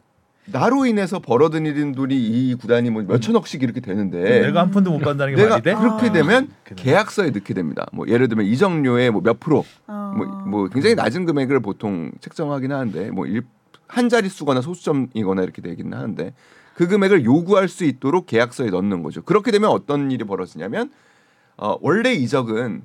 Speaker 4: 나로 인해서 벌어들이는 돈이 이 구단이 뭐 몇 천억씩 이렇게 되는데
Speaker 2: 내가 한 푼도 못 받는다는 게
Speaker 4: 네. 내가
Speaker 2: 말이 돼?
Speaker 4: 그렇게
Speaker 1: 아.
Speaker 4: 되면
Speaker 2: 그래.
Speaker 4: 계약서에 넣게 됩니다. 뭐 예를 들면 이정료의 뭐몇 프로,
Speaker 1: 아.
Speaker 4: 뭐, 뭐 굉장히 낮은 금액을 보통 책정하긴 하는데 뭐 한 자리 수거나 소수점이거나 이렇게 되긴 하는데 그 금액을 요구할 수 있도록 계약서에 넣는 거죠. 그렇게 되면 어떤 일이 벌어지냐면 어, 원래 이적은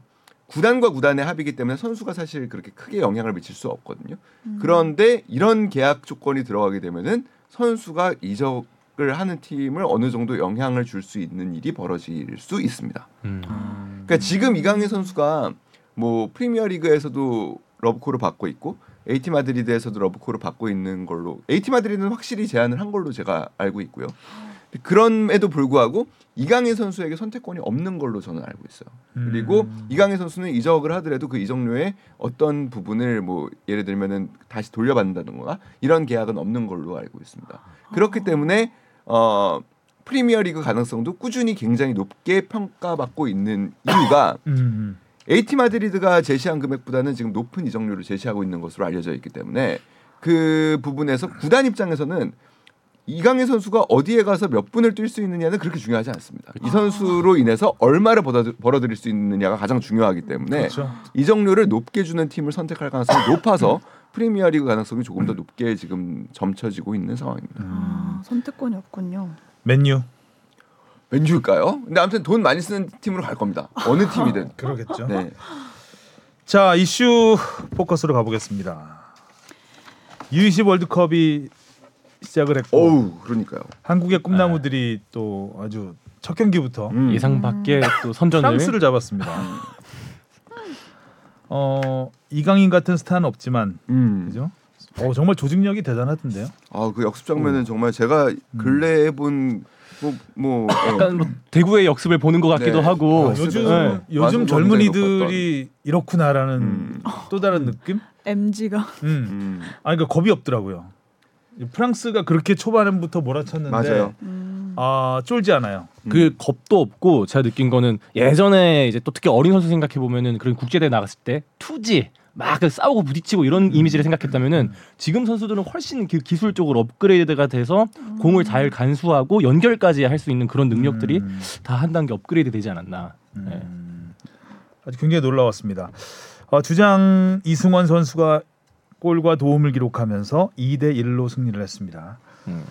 Speaker 4: 구단과 구단의 합의이기 때문에 선수가 사실 그렇게 크게 영향을 미칠 수 없거든요. 그런데 이런 계약 조건이 들어가게 되면은 선수가 이적을 하는 팀을 어느 정도 영향을 줄 수 있는 일이 벌어질 수 있습니다.
Speaker 3: 음.
Speaker 4: 그러니까 지금 이강인 선수가 뭐 프리미어리그에서도 러브콜을 받고 있고 에이티 마드리드에서도 러브콜을 받고 있는 걸로 에이티 마드리드는 확실히 제안을 한 걸로 제가 알고 있고요. 그럼에도 불구하고 이강인 선수에게 선택권이 없는 걸로 저는 알고 있어요. 그리고 이강인 선수는 이적을 하더라도 그 이적료의 어떤 부분을 뭐 예를 들면은 다시 돌려받는다든가 이런 계약은 없는 걸로 알고 있습니다. 그렇기 때문에 어 프리미어리그 가능성도 꾸준히 굉장히 높게 평가받고 있는 이유가
Speaker 2: 음, 음.
Speaker 4: 에이티 마드리드가 제시한 금액보다는 지금 높은 이적료를 제시하고 있는 것으로 알려져 있기 때문에 그 부분에서 구단 입장에서는 이강인 선수가 어디에 가서 몇 분을 뛸 수 있느냐는 그렇게 중요하지 않습니다. 이 선수로 인해서 얼마를 벌어들- 벌어들일 수 있느냐가 가장 중요하기 때문에
Speaker 2: 그렇죠.
Speaker 4: 이적료를 높게 주는 팀을 선택할 가능성이 높아서 프리미어리그 가능성이 조금 더 높게 지금 점쳐지고 있는 상황입니다.
Speaker 2: 네.
Speaker 1: 아, 선택권이 없군요.
Speaker 2: 맨유
Speaker 4: 왠지일까요? 근데 아무튼 돈 많이 쓰는 팀으로 갈 겁니다. 어느 팀이든.
Speaker 2: 그러겠죠.
Speaker 4: 네.
Speaker 2: 자 이슈 포커스로 가보겠습니다. U20 월드컵이 시작을 했고
Speaker 4: 어우, 그러니까요.
Speaker 2: 한국의 꿈나무들이 또 아주 첫 경기부터
Speaker 4: 음.
Speaker 3: 예상 밖의 또 선전을
Speaker 2: 프랑스를 잡았습니다. 어 이강인 같은 스타는 없지만
Speaker 4: 음.
Speaker 2: 그죠? 어 정말 조직력이 대단하던데요.
Speaker 4: 아, 그 역습
Speaker 2: 음.
Speaker 4: 장면은 정말 제가 근래에 본 뭐, 뭐 예.
Speaker 3: 약간 뭐 대구의 역습을 보는 것 같기도
Speaker 4: 네.
Speaker 3: 하고
Speaker 4: 아,
Speaker 2: 요즘
Speaker 3: 네.
Speaker 2: 요즘
Speaker 4: 마술로
Speaker 2: 젊은이들이 이렇구나라는
Speaker 4: 음.
Speaker 2: 또 다른 느낌?
Speaker 1: MG가
Speaker 2: 음.
Speaker 4: 음.
Speaker 2: 아 그러니까 겁이 없더라고요. 프랑스가 그렇게 초반부터 몰아쳤는데
Speaker 4: 맞아요.
Speaker 2: 아 쫄지 않아요.
Speaker 3: 그 겁도 없고 제가 느낀 거는 예전에 이제 또 특히 어린 선수 생각해 보면은 그런 국제대회 나갔을 때 투지 막그 싸우고 부딪히고 이런
Speaker 2: 음.
Speaker 3: 이미지를 생각했다면은 지금 선수들은 훨씬 그 기술적으로 업그레이드가 돼서 공을 잘 간수하고 연결까지 할 수 있는 그런 능력들이
Speaker 2: 음.
Speaker 3: 다 한 단계 업그레이드 되지 않았나. 네.
Speaker 2: 아주 굉장히 놀라웠습니다. 어, 주장 이승원 선수가 골과 도움을 기록하면서 2대 1로 승리를 했습니다.
Speaker 3: 음.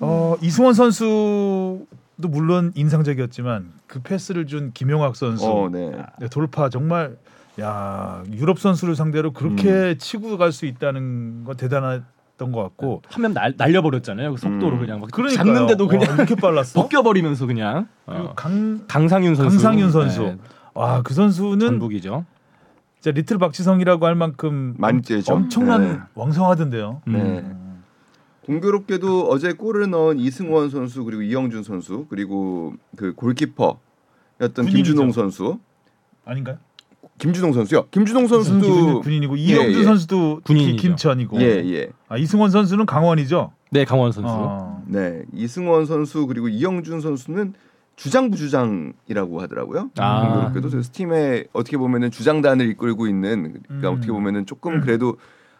Speaker 2: 어, 이승원 선수도 물론 인상적이었지만 그 패스를 준 김용학 선수
Speaker 4: 어, 네.
Speaker 2: 네, 돌파 정말 야 유럽 선수를 상대로 그렇게
Speaker 3: 음.
Speaker 2: 치고 갈 수 있다는 건 대단했던 것 같고
Speaker 3: 화면 날, 날려버렸잖아요. 그 속도로
Speaker 4: 음.
Speaker 3: 그냥 막
Speaker 2: 그러니까요.
Speaker 3: 잡는데도
Speaker 2: 와,
Speaker 3: 네. 그냥
Speaker 2: 이렇게 빨랐어.
Speaker 3: 벗겨버리면서 그냥
Speaker 2: 그리고
Speaker 3: 어.
Speaker 2: 강
Speaker 3: 강상윤 선수. 네,
Speaker 2: 강상윤 선수. 와, 그 선수는
Speaker 3: 전북이죠.
Speaker 2: 진짜 리틀 박지성이라고 할 만큼
Speaker 4: 많이 뛰죠.
Speaker 2: 엄청난
Speaker 4: 네.
Speaker 2: 왕성하던데요.
Speaker 3: 음.
Speaker 4: 네. 공교롭게도 어제 골을 넣은 이승원 선수 그리고 이영준 선수 그리고 그 골키퍼였던
Speaker 2: 군인이죠.
Speaker 4: 김준홍 선수
Speaker 2: 아닌가요?
Speaker 4: 김준홍 선수요. 김준홍
Speaker 3: 그
Speaker 2: 선수도
Speaker 4: 선수도
Speaker 2: 군인이고
Speaker 4: 예,
Speaker 2: 이영준
Speaker 4: 예.
Speaker 2: 선수도
Speaker 3: 군인이죠.
Speaker 2: 기- 김천이고.
Speaker 4: 예 예.
Speaker 2: 아, 이승원 선수는 강원이죠.
Speaker 3: 네, 강원 선수.
Speaker 2: 어.
Speaker 4: 네 이승원 선수 그리고 이영준 선수는 주장 부주장이라고 하더라고요.
Speaker 3: 아,
Speaker 4: 공교롭게도 그래서 팀에 어떻게 보면은 주장단을 이끌고 있는 그러니까
Speaker 2: 음.
Speaker 4: 어떻게 보면은 조금 그래도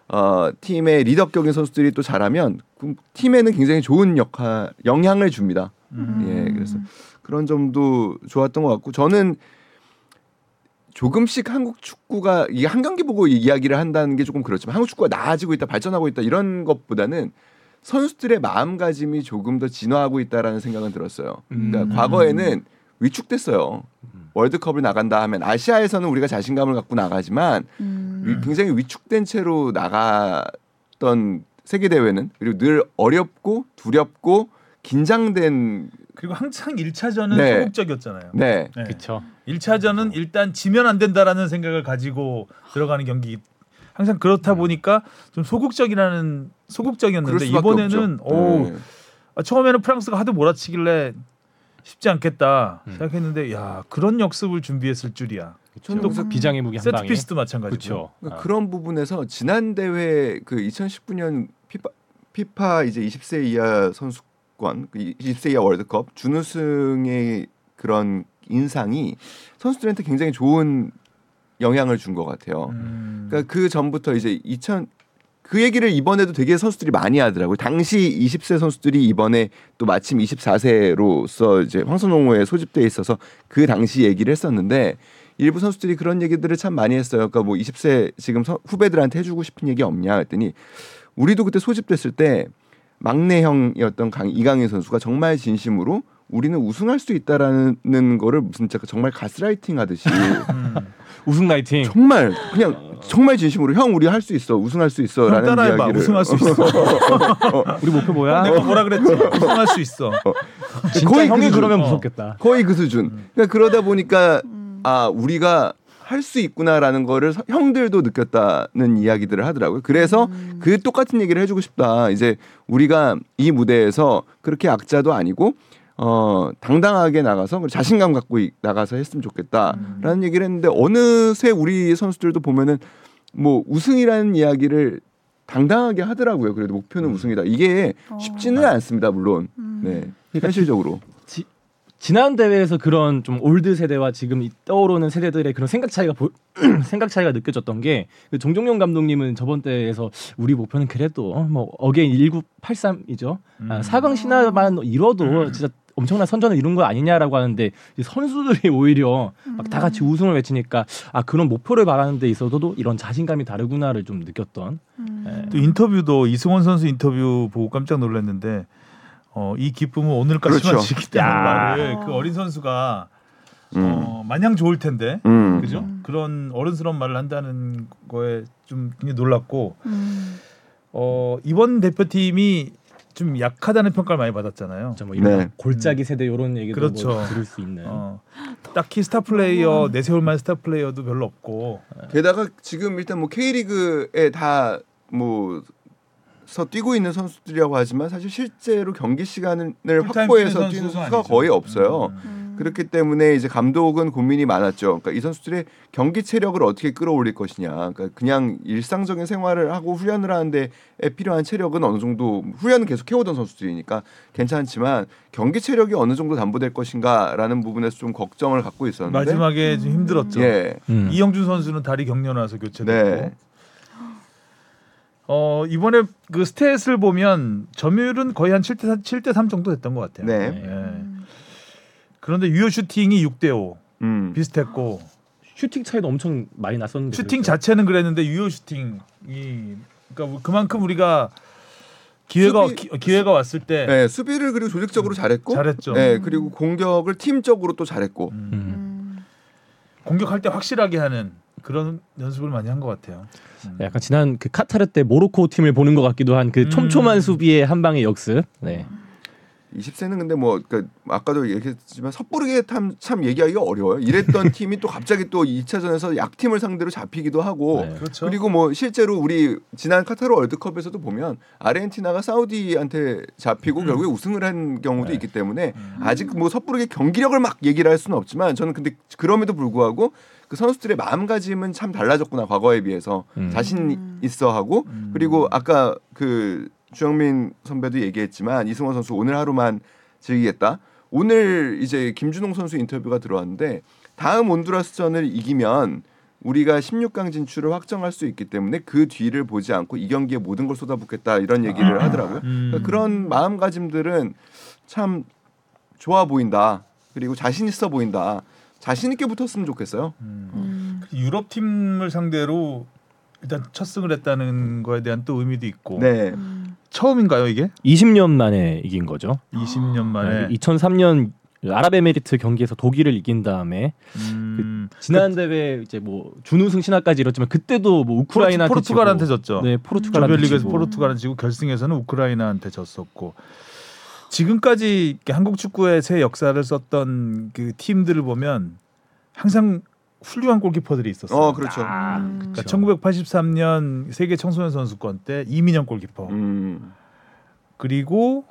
Speaker 4: 어, 팀의 리더격인 선수들이 또 잘하면 그 팀에는 굉장히 좋은 역할 영향을 줍니다.
Speaker 2: 음.
Speaker 4: 예, 그래서 그런 점도 좋았던 것 같고 저는 조금씩 한국 축구가 이 한 경기 보고 이 이야기를 한다는 게 조금 그렇지만 한국 축구가 나아지고 있다 발전하고 있다 이런 것보다는 선수들의 마음가짐이 조금 더 진화하고 있다라는 생각은 들었어요. 그러니까
Speaker 3: 음.
Speaker 4: 과거에는 위축됐어요. 월드컵을 나간다 하면 아시아에서는 우리가 자신감을 갖고 나가지만
Speaker 1: 음.
Speaker 4: 위- 굉장히 위축된 채로 나갔던 세계 대회는 그리고 늘 어렵고 두렵고 긴장된
Speaker 2: 그리고 항상 1차전은
Speaker 4: 네.
Speaker 2: 소극적이었잖아요.
Speaker 4: 네.
Speaker 2: 네.
Speaker 3: 그렇죠.
Speaker 2: 1차전은 일단 지면 안 된다라는 생각을 가지고 들어가는 경기 항상 그렇다 보니까 좀 소극적이라는
Speaker 4: 그럴
Speaker 2: 소극적이었는데
Speaker 4: 수밖에
Speaker 2: 이번에는
Speaker 4: 없죠.
Speaker 2: 오
Speaker 4: 네.
Speaker 2: 아, 처음에는 프랑스가 하도 몰아치길래 쉽지 않겠다
Speaker 3: 음.
Speaker 2: 생각했는데 야 그런 역습을 준비했을 줄이야.
Speaker 3: 천동석 비장의 무기 한 방에.
Speaker 2: 세트피스도 마찬가지고.
Speaker 3: 그렇죠.
Speaker 4: 그러니까 그런 부분에서 지난 대회 그 2019년 피파, 피파 이제 20세 이하 선수권, 그 20세 이하 월드컵 준우승의 그런 인상이 선수들한테 굉장히 좋은 영향을 준 것 같아요.
Speaker 2: 음.
Speaker 4: 그러니까 그 전부터 이제 2000, 그 얘기를 이번에도 되게 선수들이 많이 하더라고요. 당시 20세 선수들이 이번에 또 마침 24세로서 이제 황선홍호에 소집돼 있어서 그 당시 얘기를 했었는데 일부 선수들이 그런 얘기들을 참 많이 했어요. 그러니까 뭐 20세 지금 선- 후배들한테 해주고 싶은 얘기 없냐 했더니 우리도 그때 소집됐을 때 막내형이었던 강, 이강인 선수가 정말 진심으로 우리는 우승할 수 있다라는 거를 무슨 진짜 정말 가스라이팅 하듯이
Speaker 2: 음.
Speaker 3: 우승 라이팅.
Speaker 4: 네. 정말 그냥 정말 진심으로 형 우리 할 수 있어 우승할 수
Speaker 2: 형
Speaker 4: 있어라는
Speaker 2: 아, 따라해봐.
Speaker 4: 이야기를
Speaker 2: 우승할 수 있어. 아,
Speaker 3: 우리 목표 뭐야?
Speaker 2: 내가 뭐라 그랬지? 우승할 수 있어.
Speaker 3: 진짜
Speaker 4: 거의
Speaker 3: 형이
Speaker 4: 그
Speaker 3: 그러면
Speaker 2: 어.
Speaker 3: 무섭겠다.
Speaker 4: 거의 그 수준. 그러니까 그러다 보니까 아 우리가 할 수 있구나라는 거를 서- 형들도 느꼈다는 이야기들을 하더라고요. 그래서 그 똑같은 얘기를 해주고 싶다. 이제 우리가 이 무대에서 그렇게 악자도 아니고 어 당당하게 나가서 그리고 자신감 갖고 이- 나가서 했으면 좋겠다라는 얘기를 했는데 어느새 우리 선수들도 보면은 뭐 우승이라는 이야기를 당당하게 하더라고요.
Speaker 1: 음,
Speaker 4: 그래도 네. 목표는 우승이다. 이게 쉽지는 않습니다. 물론 네 현실적으로
Speaker 3: 지- 지난 대회에서 그런 좀 올드 세대와 지금 이 떠오르는 세대들의 그런 생각 차이가 보, 생각 차이가 느껴졌던 게그 종종용 감독님은 저번 대회에서 우리 목표는 그래도 어, 뭐 어게인 1983이죠. 아,
Speaker 2: 음.
Speaker 3: 4강 신화만 이뤄도 진짜 엄청난 선전을 이룬 거 아니냐라고 하는데 이 선수들이 오히려 막 다 같이 우승을 외치니까 아 그런 목표를 바라는 데 있어서도 이런 자신감이 다르구나를 좀 느꼈던
Speaker 1: 음.
Speaker 2: 또 인터뷰도 이승원 선수 인터뷰 보고 깜짝 놀랐는데 어, 이 기쁨은 오늘까지만
Speaker 4: 그렇죠.
Speaker 2: 지키다는
Speaker 3: 야.
Speaker 2: 말을 그 어린 선수가
Speaker 4: 음.
Speaker 2: 어, 마냥 좋을 텐데
Speaker 4: 음.
Speaker 2: 그죠? 그런 어른스러운 말을 한다는 거에 좀 굉장히 놀랐고
Speaker 1: 음.
Speaker 2: 어, 이번 대표팀이 좀 약하다는 평가를 많이 받았잖아요.
Speaker 3: 진짜 뭐 이런
Speaker 4: 네.
Speaker 3: 골짜기 세대 이런 얘기도 뭐
Speaker 2: 음. 그렇죠.
Speaker 3: 들을 수 있는
Speaker 2: 어, 딱히 스타 플레이어 내세울 만한 스타 플레이어도 별로 없고
Speaker 4: 게다가 지금 일단 뭐 K리그에 다뭐서 뛰고 있는 선수들이라고 하지만 사실 실제로 경기 시간을 확보해서 뛰는 선수가
Speaker 2: 아니죠.
Speaker 4: 거의 없어요.
Speaker 2: 음, 음.
Speaker 1: 음.
Speaker 4: 그렇기 때문에 이제 감독은 고민이 많았죠. 그러니까 이 선수들의 경기 체력을 어떻게 끌어올릴 것이냐. 그러니까 그냥 일상적인 생활을 하고 훈련을 하는데 필요한 체력은 어느 정도 훈련은 계속 해오던 선수들이니까 괜찮지만 경기 체력이 어느 정도 담보될 것인가라는 부분에서 좀 걱정을 갖고 있었는데
Speaker 2: 음. 마지막에 좀 힘들었죠.
Speaker 4: 예.
Speaker 3: 음.
Speaker 2: 이영준 선수는 다리 경련 와서 교체됐고
Speaker 4: 네.
Speaker 2: 어, 이번에 그 스탯을 보면 점유율은 거의 한 7대 3, 7대 3 정도 됐던 것 같아요.
Speaker 4: 네.
Speaker 2: 예.
Speaker 1: 음.
Speaker 2: 그런데 유효 슈팅이 6대 5
Speaker 4: 음.
Speaker 2: 비슷했고
Speaker 3: 슈팅 차이도 엄청 많이 났었는데
Speaker 2: 슈팅
Speaker 3: 그랬죠.
Speaker 2: 자체는 그랬는데 유효 슈팅이 그러니까 그만큼 우리가 기회가
Speaker 4: 수비-
Speaker 2: 기, 회가 왔을 때
Speaker 4: 예, 수비를 그리고 조직적으로 잘했고
Speaker 2: 네. 잘했죠.
Speaker 4: 예, 그리고 공격을 팀적으로 또 잘했고.
Speaker 3: 음.
Speaker 1: 음.
Speaker 2: 공격할 때 확실하게 하는 그런 연습을 많이 한 것 같아요. 음.
Speaker 3: 약간 지난 그 카타르 때 모로코 팀을 보는 것 같기도 한 그
Speaker 2: 음.
Speaker 3: 촘촘한 수비의 한 방의 역습. 네.
Speaker 4: 20세는 근데 뭐 그러니까 아까도 얘기했지만 섣부르게 참, 참 얘기하기가 어려워요. 이랬던 팀이 또 갑자기 또 2차전에서 약팀을 상대로 잡히기도 하고
Speaker 3: 네.
Speaker 2: 그렇죠.
Speaker 4: 그리고 뭐 실제로 우리 지난 카타르 월드컵에서도 보면 아르헨티나가 사우디한테
Speaker 2: 음.
Speaker 4: 잡히고 결국에 우승을 한
Speaker 2: 네.
Speaker 4: 경우도 있기 때문에 아직 뭐 섣부르게 경기력을 막 얘기를 할 수는 없지만 저는 근데 그럼에도 불구하고 그 선수들의 마음가짐은 참 달라졌구나 과거에 비해서
Speaker 3: 음.
Speaker 4: 자신 있어 하고
Speaker 2: 음.
Speaker 4: 그리고 아까 그 주영민 선배도 얘기했지만 이승원 선수 오늘 하루만 즐기겠다. 오늘 이제 김준홍 선수 인터뷰가 들어왔는데 다음 온두라스전을 이기면 우리가 16강 진출을 확정할 수 있기 때문에 그 뒤를 보지 않고 이 경기에 모든 걸 쏟아붓겠다 이런 얘기를 하더라고요.
Speaker 2: 음.
Speaker 4: 그러니까 그런 마음가짐들은 참 좋아 보인다. 그리고 자신 있어 보인다. 자신 있게 붙었으면 좋겠어요. 그-
Speaker 1: 음.
Speaker 2: 유럽 팀을 상대로 일단 첫 승을 했다는 거에 대한 또 의미도 있고
Speaker 4: 네.
Speaker 1: 음.
Speaker 2: 처음인가요 이게?
Speaker 3: 20년 만에 이긴 거죠.
Speaker 2: 20년
Speaker 3: 아,
Speaker 2: 만에
Speaker 3: 2003년 아랍에미리트 경기에서 독일을 이긴 다음에
Speaker 2: 음,
Speaker 3: 지난 대회 이제 뭐 준우승 신화까지 이뤘지만 그때도 뭐 우크라이나한테
Speaker 2: 포르투- 포르투갈한테
Speaker 3: 지고,
Speaker 2: 졌죠.
Speaker 3: 네, 포르투갈한테
Speaker 2: 조별리그에서
Speaker 3: 지고.
Speaker 2: 포르투갈을 지고 결승에서는 우크라이나한테 졌었고 지금까지 이렇게 한국 축구의 새 역사를 썼던 그 팀들을 보면 항상 훌륭한 골키퍼들이 있었어요.
Speaker 4: 어, 그렇죠.
Speaker 3: 아,
Speaker 1: 음.
Speaker 3: 그쵸.
Speaker 2: 그러니까 1983년 세계 청소년 선수권 때 이민영 골키퍼
Speaker 4: 음. 그리고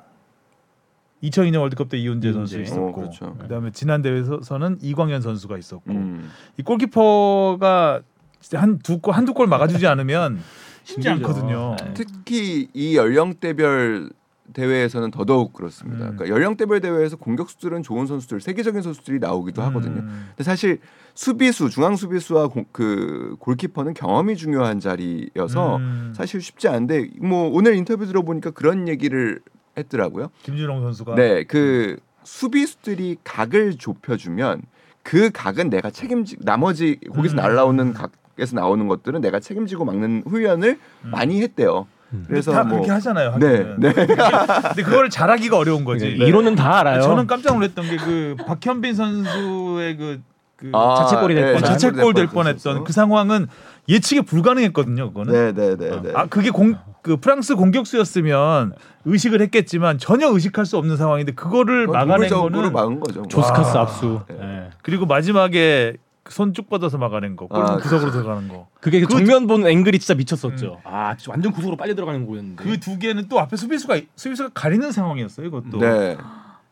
Speaker 2: 2002년 월드컵 때 이훈재
Speaker 3: 이훈재.
Speaker 2: 선수
Speaker 4: 어,
Speaker 2: 있었고
Speaker 4: 그렇죠.
Speaker 2: 그다음에 지난 대회에서는 이광현 선수가 있었고
Speaker 4: 음.
Speaker 2: 이 골키퍼가 진짜 한두골한두 골 막아주지 않으면 쉽지
Speaker 3: 힘들죠.
Speaker 2: 않거든요.
Speaker 3: 네.
Speaker 4: 특히 이 연령대별 대회에서는 더더욱 그렇습니다.
Speaker 2: 음.
Speaker 4: 그러니까 연령대별 대회에서 공격수들은 좋은 선수들, 세계적인 선수들이 나오기도 하거든요.
Speaker 2: 음.
Speaker 4: 근데 사실 수비수, 중앙 수비수와 공- 그 골키퍼는 경험이 중요한 자리여서
Speaker 2: 음.
Speaker 4: 사실 쉽지 않은데 뭐 오늘 인터뷰 들어보니까 그런 얘기를 했더라고요.
Speaker 2: 김준홍 선수가
Speaker 4: 네, 그 수비수들이 각을 좁혀주면 그 각은 내가 책임지 나머지 거기서
Speaker 2: 음.
Speaker 4: 날라오는 각에서 나오는 것들은 내가 책임지고 막는 훈련을
Speaker 2: 음.
Speaker 4: 많이 했대요.
Speaker 3: 음.
Speaker 4: 그래서
Speaker 2: 다
Speaker 4: 뭐
Speaker 2: 그렇게 하잖아요. 그
Speaker 4: 네,
Speaker 2: 하기는.
Speaker 4: 네.
Speaker 2: 근데 그걸 잘하기가 어려운 거지.
Speaker 3: 네. 이론은 다 알아요.
Speaker 2: 저는 깜짝 놀랐던 게 그 박현빈 선수의 그, 그
Speaker 4: 아,
Speaker 3: 자책골이
Speaker 4: 네,
Speaker 3: 될 뻔한.
Speaker 2: 자책골 될 뻔했던 그 상황은 예측이 불가능했거든요. 그거는.
Speaker 4: 네네네.
Speaker 2: 아 그게 공, 그 프랑스 공격수였으면 의식을 했겠지만 전혀 의식할 수 없는 상황인데 그거를 막아낸 거는
Speaker 4: 막은 거죠. 뭐.
Speaker 3: 조스카스
Speaker 2: 와.
Speaker 3: 압수.
Speaker 4: 네.
Speaker 3: 예.
Speaker 2: 그리고 마지막에 손 쭉 뻗어서 막아낸 거. 골문
Speaker 4: 아,
Speaker 2: 구석으로 들어가는 거.
Speaker 3: 그게 그
Speaker 2: 그-
Speaker 3: 정면 본 앵글이 진짜 미쳤었죠. 아, 진짜 완전 구석으로 빨려 들어가는
Speaker 4: 네.
Speaker 3: 거였는데.
Speaker 2: 그 두 개는 또 앞에 수비수가 수비수가 가리는 상황이었어요. 이것도.
Speaker 4: 네.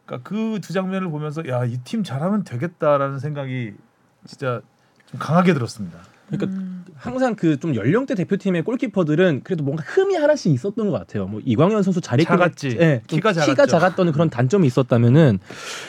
Speaker 2: 그러니까 그 두 장면을 보면서 야 이 팀 잘하면 되겠다라는 생각이 진짜 좀 강하게 들었습니다.
Speaker 3: 그러니까 항상 그 좀 연령대 대표팀의 골키퍼들은 그래도 뭔가 흠이 하나씩 있었던 것 같아요. 뭐 이광현 선수 자리
Speaker 2: 작았지.
Speaker 3: 예, 좀
Speaker 2: 키가
Speaker 3: 키가,
Speaker 2: 작았죠.
Speaker 3: 작았던 그런 단점이 있었다면은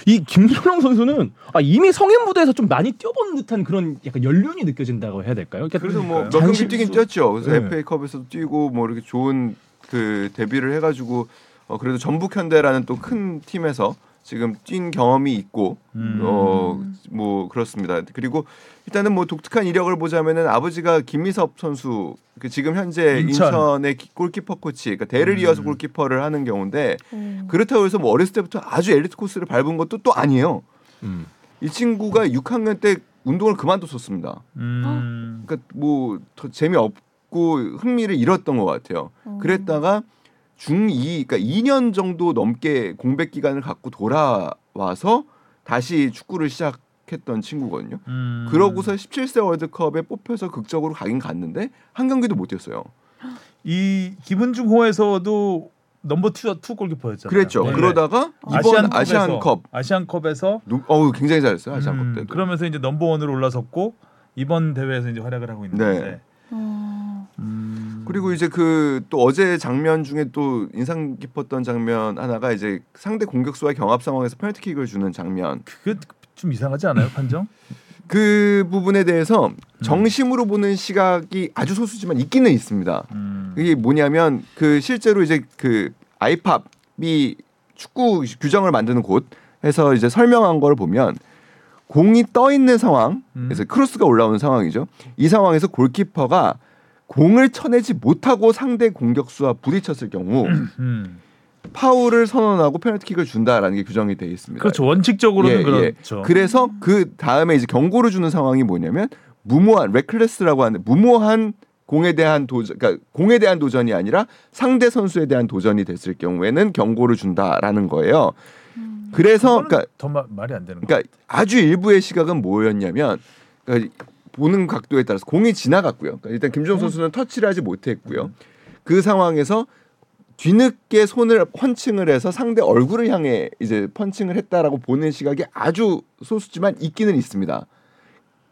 Speaker 3: 이 김준영 선수는 아, 이미 성인 무대에서 좀 많이 뛰어본 듯한 그런 약간 연륜이 느껴진다고 해야 될까요? 그러니까
Speaker 4: 그래서 뭐
Speaker 2: 그러니까요.
Speaker 4: 몇 경기
Speaker 3: 잔심-
Speaker 4: 뛰긴 뛰었죠. 그래서
Speaker 2: 네.
Speaker 4: FA컵에서도 뛰고 뭐 이렇게 좋은 그 데뷔를 해가지고 어 그래도 전북현대라는 또 큰 팀에서 지금 뛴 경험이 있고
Speaker 2: 음.
Speaker 4: 어 뭐 그렇습니다. 그리고 일단은 뭐 독특한 이력을 보자면은 아버지가 김미섭 선수 그 지금 현재
Speaker 2: 인천. 음.
Speaker 4: 인천. 의 골키퍼 코치 그러니까 대를 이어서 골키퍼를 하는 경우인데
Speaker 1: 어,
Speaker 4: 그렇다고 해서 뭐 어렸을 때부터 아주 엘리트 코스를 밟은 것도 또 아니에요.
Speaker 3: 음.
Speaker 4: 이 친구가 6학년 때 운동을 그만뒀었습니다.
Speaker 2: 음.
Speaker 4: 그러니까 뭐 더 재미없고 흥미를 잃었던 것 같아요.
Speaker 1: 음. 어,
Speaker 4: 그랬다가 중2 그러니까 2년 정도 넘게 공백 기간을 갖고 돌아와서 다시 축구를 시작했던 친구거든요.
Speaker 2: 음.
Speaker 4: 그러고서 17세 월드컵에 뽑혀서 극적으로 가긴 갔는데 한 경기도 못 뛰었어요.
Speaker 2: 이 김은중 호에서도 넘버 투, 투 골키퍼였잖아요.
Speaker 4: 그랬죠.
Speaker 2: 네.
Speaker 4: 그러다가 이번 아시안컵,
Speaker 2: 아시안컵에서
Speaker 4: 누- 어우 굉장히 잘했어요 아시안컵
Speaker 2: 음,
Speaker 4: 때도.
Speaker 2: 그러면서 이제 넘버 원으로 올라섰고 이번 대회에서 이제 활약을 하고 있는데
Speaker 4: 네.
Speaker 1: 어,
Speaker 2: 음.
Speaker 4: 그리고 이제 그 또 어제 장면 중에 또 인상 깊었던 장면 하나가 이제 상대 공격수와 경합 상황에서 페널티킥을 주는 장면.
Speaker 2: 그게 좀 이상하지 않아요 판정?
Speaker 4: 그 부분에 대해서 정심으로 보는 시각이 아주 소수지만 있기는 있습니다.
Speaker 2: 음.
Speaker 4: 그게 뭐냐면 그 실제로 이제 그 아이팝이 축구 규정을 만드는 곳에서 이제 설명한 걸 보면 공이 떠 있는 상황,
Speaker 2: 음.
Speaker 4: 그래서 크로스가 올라오는 상황이죠. 이 상황에서 골키퍼가 공을 쳐내지 못하고 상대 공격수와 부딪혔을 경우
Speaker 2: 음.
Speaker 4: 파울을 선언하고 페널티킥을 준다라는 게 규정이 돼 있습니다.
Speaker 2: 그렇죠. 원칙적으로는 그렇죠.
Speaker 4: 래서 예, 그 다음에 이제 경고를 주는 상황이 뭐냐면 무모한 레클레스라고 하는 무모한 공에 대한 도전, 그러니까 공에 대한 도전이 아니라 상대 선수에 대한 도전이 됐을 경우에는 경고를 준다라는 거예요. 그래서
Speaker 2: 그거는
Speaker 4: 그러니까,
Speaker 2: 더 마- 말이 안 되는 거예요.
Speaker 4: 그러니까 아주 일부의 시각은 뭐였냐면 그러니까 보는 각도에 따라서 공이 지나갔고요. 그러니까 일단 김종 선수는 터치를 하지 못했고요. 그 상황에서 뒤늦게 손을 펀칭을 해서 상대 얼굴을 향해 이제 펀칭을 했다라고 보는 시각이 아주 소수지만 있기는 있습니다.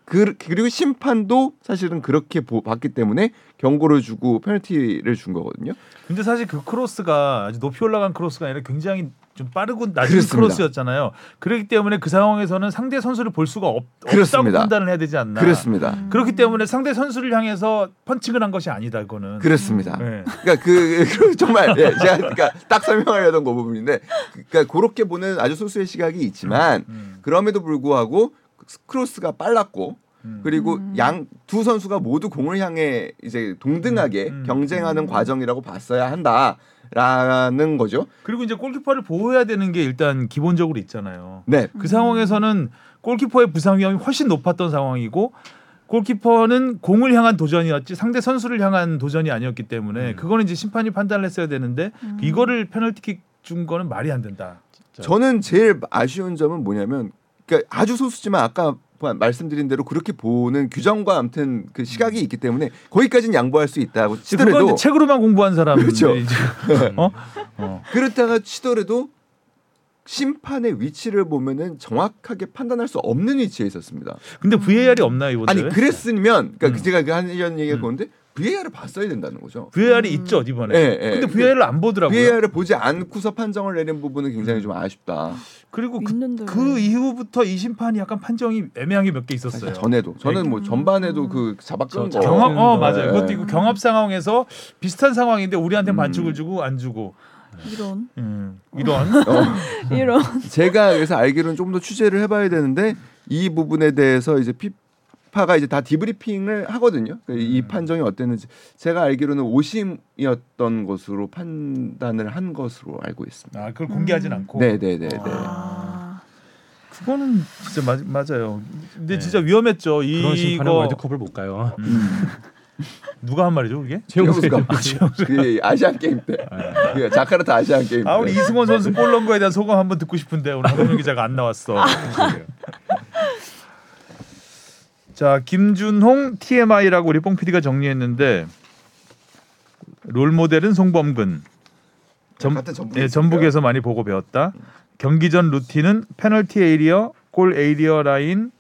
Speaker 4: 그, 그리고 심판도 사실은 그렇게 보- 봤기 때문에 경고를 주고 페널티를 준 거거든요.
Speaker 2: 근데 사실 그 크로스가 아주 높이 올라간 크로스가 아니라 굉장히 좀 빠르고 낮은
Speaker 4: 그렇습니다.
Speaker 2: 크로스였잖아요. 그렇기 때문에 그 상황에서는 상대 선수를 볼 수가 없, 없다고
Speaker 4: 그렇습니다.
Speaker 2: 판단을 해야 되지 않나.
Speaker 4: 아, 그렇습니다.
Speaker 1: 음,
Speaker 2: 그렇기 때문에 상대 선수를 향해서 펀칭을 한 것이 아니다. 그거는.
Speaker 4: 그렇습니다.
Speaker 2: 네.
Speaker 4: 그러니까 그, 그 정말 예, 제가 그러니까 딱 설명하려던 그 부분인데 그러니까 그렇게 보는 아주 소수의 시각이 있지만
Speaker 2: 음.
Speaker 4: 그럼에도 불구하고 크로스가 빨랐고
Speaker 2: 음.
Speaker 4: 그리고 양 두 선수가 모두 공을 향해 이제 동등하게
Speaker 2: 음, 음.
Speaker 4: 경쟁하는 과정이라고 봤어야 한다라는 거죠.
Speaker 2: 그리고 이제 골키퍼를 보호해야 되는 게 일단 기본적으로 있잖아요.
Speaker 4: 네.
Speaker 2: 그 상황에서는 골키퍼의 부상 위험이 훨씬 높았던 상황이고 골키퍼는 공을 향한 도전이었지 상대 선수를 향한 도전이 아니었기 때문에
Speaker 4: 음.
Speaker 2: 그거는 이제 심판이 판단을 했어야 되는데 이거를 페널티킥 준 거는 말이 안 된다.
Speaker 4: 저는 제일 아쉬운 점은 뭐냐면 그러니까 아주 소수지만 아까 말씀드린 대로 그렇게 보는 규정과 아무튼 그 시각이 있기 때문에 거기까지는 양보할 수 있다고
Speaker 2: 음. 그건 이제
Speaker 4: 치더라도
Speaker 2: 책으로만 공부한 사람들이
Speaker 4: 그렇죠.
Speaker 2: 이제 어? 어.
Speaker 4: 그렇다가 치더라도 심판의 위치를 보면은 정확하게 판단할 수 없는 위치에 있었습니다.
Speaker 2: 근데 VAR이 없나요 이번
Speaker 4: 아니
Speaker 2: 대회?
Speaker 4: 그랬으면 그러니까
Speaker 2: 음.
Speaker 4: 제가 그 하려는 얘기가
Speaker 2: 음.
Speaker 4: 그건데 VAR을 봤어야 된다는 거죠.
Speaker 2: VAR이 있죠 이번에.
Speaker 4: 예, 예.
Speaker 2: 네. 근데 VAR을 안 보더라고요.
Speaker 4: VAR을 보지 않고서 판정을 내린 부분은
Speaker 2: 음.
Speaker 4: 굉장히 좀 아쉽다.
Speaker 2: 그리고 그,
Speaker 1: 있는데
Speaker 2: 그
Speaker 1: 왜.
Speaker 2: 이후부터 이 심판이 약간 판정이 애매한 게 몇 개 있었어요. 네.
Speaker 4: 사실 전에도 저는 뭐 전반에도 그 잡아끈
Speaker 3: 저-
Speaker 4: 거.
Speaker 3: 경험-
Speaker 2: 경합 어 맞아요.
Speaker 4: 네.
Speaker 2: 그것도 있고 경합 상황에서 비슷한 상황인데 우리한테
Speaker 4: 음.
Speaker 2: 반칙을 주고 안 주고
Speaker 1: 이런
Speaker 2: 음, 이런
Speaker 4: 어,
Speaker 1: 이런
Speaker 4: 제가 그래서 알기로는 좀 더 취재를 해봐야 되는데 이 부분에 대해서 이제 피파가 이제 다 디브리핑을 하거든요. 그이 판정이 어땠는지 제가 알기로는 오심이었던 것으로 판단을 한 것으로 알고 있습니다.
Speaker 2: 아 그걸 공개하진 않고
Speaker 4: 네네네네.
Speaker 1: 아,
Speaker 2: 그거는 진짜 마, 맞아요. 근데 진짜 위험했죠.
Speaker 3: 그런 심판은
Speaker 2: 이거
Speaker 3: 월드컵을 못 가요.
Speaker 2: 누가 한 말이죠, 그게?
Speaker 4: 네. 최영수가 그 아시안 게임 때 그 자카르타 아시안 게임 때
Speaker 2: 아 우리 이승원 선수 골 넣은 거에 대한 소감 한번 듣고 싶은데 오늘 한동현 기자가 안 나왔어. 자 김준홍 TMI라고 우리 뽕 PD가 정리했는데 롤 모델은 송범근. 전,
Speaker 4: 같은 전북
Speaker 2: 예, 전북에서 많이 보고 배웠다. 경기 전 루틴은 페널티 에이리어, 골 에이리어 라인,